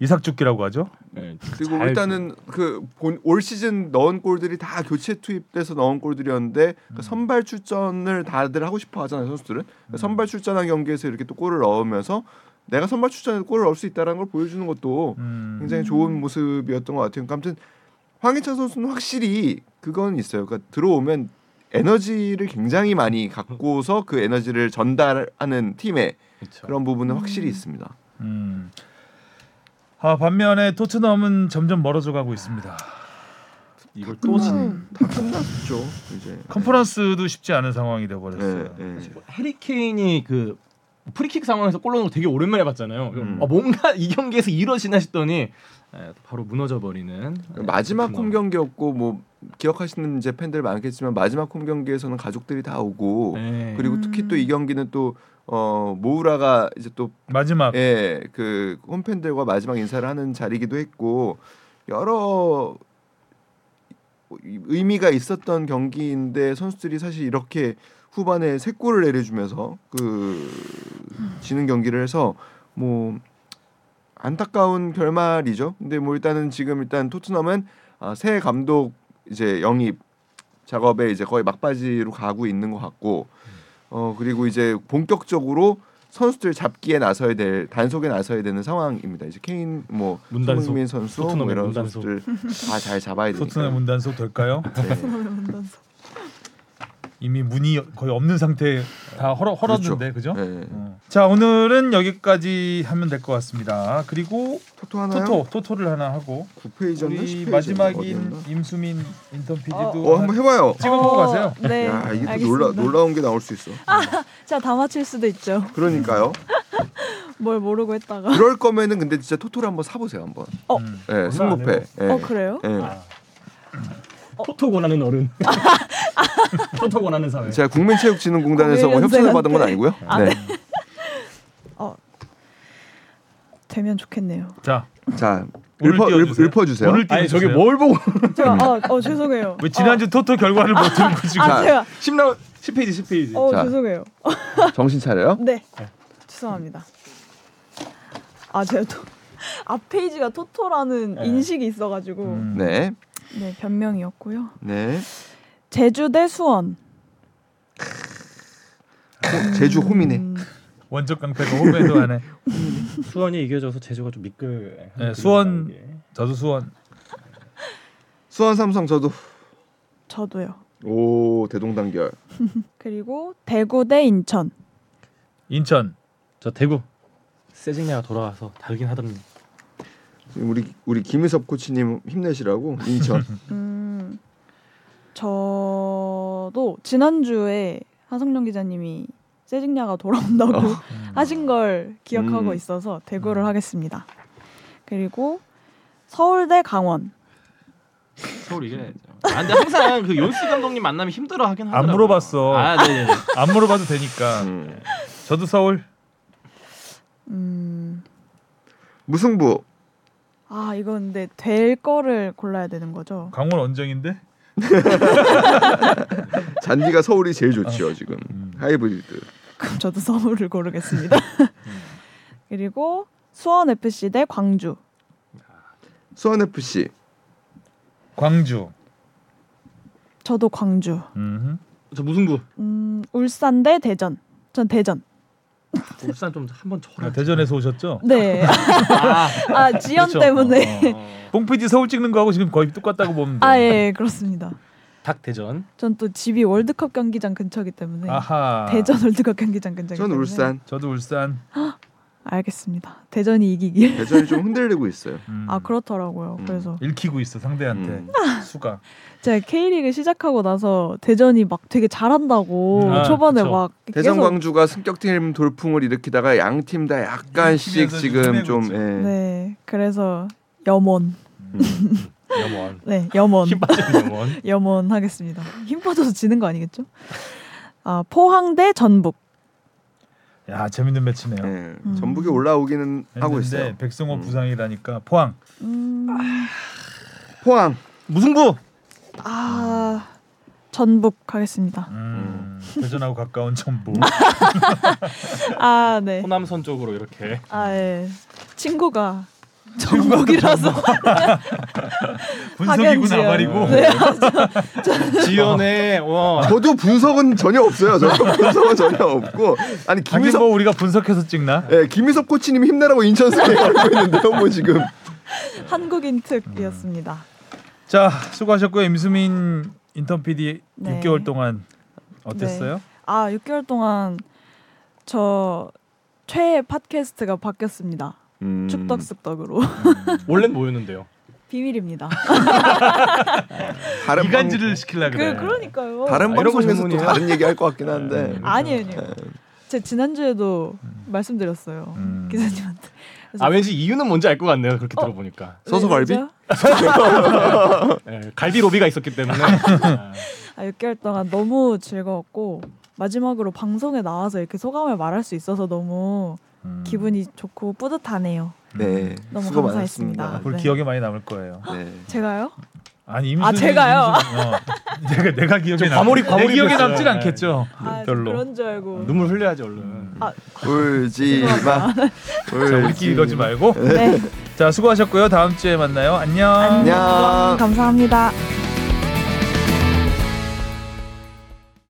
Speaker 2: 이삭죽기라고 하죠.
Speaker 3: 네.
Speaker 4: 그리고
Speaker 3: 잘-
Speaker 4: 일단은 그 올 시즌 넣은 골들이 다 교체 투입돼서 넣은 골들이었는데
Speaker 2: 음.
Speaker 4: 그 선발 출전을 다들 하고 싶어 하잖아요 선수들은 그러니까 선발 출전한 경기에서 이렇게 또 골을 넣으면서 내가 선발 출전에서 골을 넣을 수 있다라는 걸 보여주는 것도
Speaker 2: 음.
Speaker 4: 굉장히 좋은 모습이었던 것 같아요. 그러니까 아무튼 황희찬 선수는 확실히 그건 있어요. 그러니까 들어오면 에너지를 굉장히 많이 갖고서 그 에너지를 전달하는 팀의
Speaker 3: 그쵸.
Speaker 4: 그런 부분은 확실히 있습니다.
Speaker 2: 음. 아 반면에 토트넘은 점점 멀어져 가고 있습니다.
Speaker 4: 아,
Speaker 3: 이걸 또 진.
Speaker 4: 다 끝났죠 그렇죠? 이제.
Speaker 2: 컨퍼런스도 쉽지 않은 상황이 돼 버렸어요.
Speaker 4: 예,
Speaker 3: 네.
Speaker 4: 예.
Speaker 3: 뭐 해리 케인이 그 프리킥 상황에서 골 넣는 거 되게 오랜만에 봤잖아요.
Speaker 4: 음.
Speaker 3: 아, 뭔가 이 경기에서 이러시나 싶더니 예, 바로 무너져 버리는
Speaker 4: 네,
Speaker 3: 네,
Speaker 4: 마지막 홈 경기였고 뭐 기억하시는 이제 팬들 많겠지만 마지막 홈 경기에서는 가족들이 다 오고
Speaker 3: 네.
Speaker 4: 그리고
Speaker 1: 음.
Speaker 4: 특히 또 이 경기는 또 어, 모우라가 이제
Speaker 2: 마지막
Speaker 4: 또 예 그홈 팬들과 마지막 인사를 하는 자리이기도 했고 여러 의미가 있었던 경기인데 선수들이 사실 이렇게 후반에 세 골을 내려주면서 그 지는 경기를 해서 뭐 안타까운 결말이죠. 근데 뭐 일단은 지금 일단 토트넘은 아, 새 감독 이제 영입 작업에 이제 거의 막바지로 가고 있는 것 같고 어 그리고 이제 본격적으로 선수들 잡기에 나서야 될 단속에 나서야 되는 상황입니다. 이제 케인 뭐
Speaker 3: 문단속.
Speaker 4: 손흥민 선수
Speaker 3: 토트넘의
Speaker 4: 뭐 이런
Speaker 3: 문단속.
Speaker 4: 선수들 다 잘 잡아야 되니까.
Speaker 2: 토트넘 문단속 될까요?
Speaker 4: 네.
Speaker 1: 그러면 서
Speaker 2: 이미 문이 거의 없는 상태 다 헐어 헐었는데 그죠?
Speaker 4: 네.
Speaker 2: 어. 자 오늘은 여기까지 하면 될 것 같습니다. 그리고
Speaker 4: 토토 하나요?
Speaker 2: 토토 토토를 하나 하고
Speaker 4: 9페이지였나?
Speaker 2: 우리
Speaker 4: 10페이지였나?
Speaker 2: 마지막인
Speaker 4: 어디였나?
Speaker 2: 임수민 인턴 PD도
Speaker 4: 어 한번 아. 해봐요.
Speaker 2: 찍어보고 가세요.
Speaker 1: 네.
Speaker 4: 야 이게 또
Speaker 1: 알겠습니다.
Speaker 4: 놀라 놀라운 게 나올 수 있어.
Speaker 1: 제가 다 맞힐 수도 있죠.
Speaker 4: 그러니까요.
Speaker 1: 뭘 모르고 했다가.
Speaker 4: 그럴 거면은 근데 진짜 토토를 한번 사보세요 한번.
Speaker 1: 어.
Speaker 2: 음.
Speaker 4: 예, 승모패. 예.
Speaker 1: 어 그래요?
Speaker 4: 예.
Speaker 2: 아.
Speaker 5: 토토 권하는 어른. 토토 권하는 사회.
Speaker 4: 제가 국민체육진흥공단에서 뭐
Speaker 1: 고객연생한테.
Speaker 4: 협찬을 받은 건 아니고요.
Speaker 1: 아,
Speaker 4: 네.
Speaker 1: 어. 되면 좋겠네요.
Speaker 2: 자
Speaker 4: 자,
Speaker 2: 오늘
Speaker 4: 읊어
Speaker 2: 띄워주세요.
Speaker 4: 읊어 주세요.
Speaker 2: 오늘
Speaker 5: 아니 저게
Speaker 2: 띄워주세요.
Speaker 5: 뭘 보고
Speaker 4: 네.
Speaker 1: 제가 어, 어 죄송해요.
Speaker 2: 왜
Speaker 4: 아.
Speaker 2: 지난주 토토 결과를 못 들고
Speaker 1: 어,
Speaker 2: 지금
Speaker 1: 아 제가
Speaker 5: 10나 10페이지 10페이지.
Speaker 1: 어
Speaker 4: 자.
Speaker 1: 죄송해요.
Speaker 4: 정신 차려요.
Speaker 1: 네. 죄송합니다. 아 제가 또 앞페이지가 토토라는 인식이 있어가지고
Speaker 2: 음.
Speaker 4: 네.
Speaker 1: 네 변명이었고요.
Speaker 4: 네.
Speaker 1: 제주 대 수원.
Speaker 4: 호- 제주 홈이네.
Speaker 1: 음,
Speaker 2: 원적 강패가 홈에도 안해.
Speaker 5: 수원이 이겨져서 제주가 좀 미끌.
Speaker 2: 네, 수원. 저도 수원.
Speaker 4: 수원 삼성 저도
Speaker 1: 저도요.
Speaker 4: 오 대동단결.
Speaker 1: 그리고 대구 대 인천.
Speaker 2: 인천.
Speaker 3: 저 대구 세징야가 돌아와서 다르긴 하던데.
Speaker 4: 지금 우리 우리 김희섭 코치님 힘내시라고 인천.
Speaker 1: 음, 저도 지난주에 하성룡 기자님이 세징야가 돌아온다고 하신 걸 기억하고
Speaker 4: 음.
Speaker 1: 있어서 대구를 하겠습니다. 그리고 서울 대 강원.
Speaker 3: 서울 이겨야죠. 아, 근데 항상 그 연수 감독님 만나면 힘들어 하긴
Speaker 2: 안
Speaker 3: 하더라고요.
Speaker 2: 물어봤어.
Speaker 3: 아, 네.
Speaker 2: 안 물어봐도 되니까.
Speaker 4: 음.
Speaker 2: 저도 서울.
Speaker 1: 음,
Speaker 4: 무승부.
Speaker 1: 아 이건 근데 될 거를 골라야 되는 거죠.
Speaker 2: 강원 원정인데.
Speaker 4: 잔디가 서울이 제일
Speaker 2: 아,
Speaker 4: 좋지요 지금.
Speaker 2: 음.
Speaker 4: 하이브리드.
Speaker 1: 그럼 저도 서울을 고르겠습니다.
Speaker 2: 음.
Speaker 1: 그리고 수원 FC 대 광주.
Speaker 4: 수원 FC.
Speaker 2: 광주.
Speaker 1: 저도 광주.
Speaker 2: 음.
Speaker 3: 저 무승부.
Speaker 1: 음, 울산 대 대전. 전 대전.
Speaker 3: 울산 좀 한번 쳐라.
Speaker 2: 아, 대전에서 오셨죠?
Speaker 1: 네.
Speaker 3: 아,
Speaker 1: 아 지연
Speaker 2: 그렇죠.
Speaker 1: 때문에.
Speaker 2: 어,
Speaker 4: 네.
Speaker 2: 어. 뽕피디 서울 찍는 거하고 지금 거의 똑같다고 보면 돼.
Speaker 1: 아 예 그렇습니다.
Speaker 3: 닭 대전.
Speaker 1: 전 또 집이 월드컵 경기장 근처기 때문에
Speaker 2: 아하.
Speaker 1: 예. 대전 월드컵 경기장 근처기
Speaker 4: 전
Speaker 1: 때문에.
Speaker 4: 울산.
Speaker 2: 저도 울산.
Speaker 1: 알겠습니다. 대전이 이기길.
Speaker 4: 대전이 좀 흔들리고 있어요.
Speaker 2: 음.
Speaker 1: 아 그렇더라고요.
Speaker 4: 음.
Speaker 1: 그래서
Speaker 2: 읽히고 있어 상대한테 아.
Speaker 4: 음.
Speaker 2: 수가.
Speaker 1: 제가 K리그 시작하고 나서 대전이 막 되게 잘한다고
Speaker 2: 음. 아,
Speaker 1: 초반에
Speaker 2: 그쵸.
Speaker 1: 막
Speaker 4: 대전
Speaker 1: 계속
Speaker 4: 광주가 승격팀 돌풍을 일으키다가 양 팀 다 약간씩
Speaker 2: 팀에서
Speaker 4: 지금
Speaker 2: 좀
Speaker 4: 좀
Speaker 2: 헤매고
Speaker 4: 예.
Speaker 1: 네 그래서 염원
Speaker 3: 영원.
Speaker 1: 네 염원
Speaker 3: 힘 빠진 영원.
Speaker 1: 염원 하겠습니다. 힘 빠져서 지는 거 아니겠죠? 아 포항 대 전북.
Speaker 2: 야 재밌는 매치네요.
Speaker 4: 예.
Speaker 1: 음.
Speaker 4: 전북이 올라오기는 하고
Speaker 2: 했는데
Speaker 4: 있어요.
Speaker 2: 백승호
Speaker 4: 음.
Speaker 2: 부상이라니까 포항.
Speaker 1: 음,
Speaker 4: 포항.
Speaker 3: 무승부.
Speaker 1: 아 전북 하겠습니다.
Speaker 2: 음. 대전하고 가까운 전북.
Speaker 4: 음.
Speaker 1: 아 네.
Speaker 3: 호남선 쪽으로 이렇게.
Speaker 1: 아 예. 친구가 전북이라서
Speaker 2: 분석이고
Speaker 1: 박연지연.
Speaker 2: 나발이고.
Speaker 1: 네.
Speaker 3: 지연의 어.
Speaker 4: 저도 분석은 전혀 없어요. 저도 분석은 전혀 없고 아니
Speaker 2: 하긴
Speaker 4: 김희섭
Speaker 2: 뭐 우리가 분석해서 찍나?
Speaker 4: 예, 김희섭 코치님이 힘내라고 인천스에 가고 있는데요, 뭐 지금.
Speaker 1: 한국인 특이었습니다.
Speaker 2: 자 수고하셨고요 임수민 인턴 PD
Speaker 1: 네.
Speaker 2: 6개월 동안 어땠어요?
Speaker 1: 아 6개월 동안 저 최애 팟캐스트가 바뀌었습니다. 음.
Speaker 4: 음.
Speaker 1: 축덕숙덕으로
Speaker 3: 원래는 뭐였는데요?
Speaker 1: 비밀입니다. 아,
Speaker 4: 다른 방,
Speaker 2: 이간질을 시키려
Speaker 1: 그
Speaker 2: 그래.
Speaker 1: 그러니까요.
Speaker 4: 다른
Speaker 3: 아, 이런 거
Speaker 4: 방송에서 또
Speaker 3: 전문이에요?
Speaker 4: 다른 얘기 할 것 같긴 한데.
Speaker 2: 네. 음.
Speaker 1: 아니에요, 아니에요. 제 지난주에도 말씀드렸어요
Speaker 2: 음.
Speaker 1: 기자님한테.
Speaker 3: 아 왠지 이유는 뭔지 알 것 같네요. 그렇게
Speaker 1: 어?
Speaker 3: 들어보니까.
Speaker 4: 서서갈비?
Speaker 1: 왜죠?
Speaker 3: 예, 갈비 로비가 있었기 때문에.
Speaker 1: 아, 6개월 동안 너무 즐거웠고 마지막으로 방송에 나와서 이렇게 소감을 말할 수 있어서 너무
Speaker 2: 음.
Speaker 1: 기분이 좋고 뿌듯하네요.
Speaker 4: 네.
Speaker 1: 너무
Speaker 4: 수고
Speaker 1: 감사했습니다.
Speaker 4: 많았습니다.
Speaker 2: 앞으로
Speaker 1: 네.
Speaker 2: 아, 기억에 많이 남을 거예요.
Speaker 4: 네.
Speaker 1: 제가요?
Speaker 2: 아니 임순
Speaker 1: 아, 제가요?
Speaker 2: 어. 내가 내가 기억에 남.
Speaker 3: 과몰입,
Speaker 2: 내
Speaker 3: 과몰입
Speaker 2: 기억에
Speaker 3: 됐어요.
Speaker 2: 남진
Speaker 3: 네.
Speaker 2: 않겠죠.
Speaker 1: 아, 저
Speaker 2: 별로.
Speaker 1: 그런 줄 알고.
Speaker 3: 눈물 흘려야지 얼른.
Speaker 4: 울지 마.
Speaker 2: 자, 우리끼리 이러지 말고.
Speaker 1: 네.
Speaker 2: 자 수고하셨고요. 다음 주에 만나요. 안녕.
Speaker 4: 안녕.
Speaker 1: 감사합니다.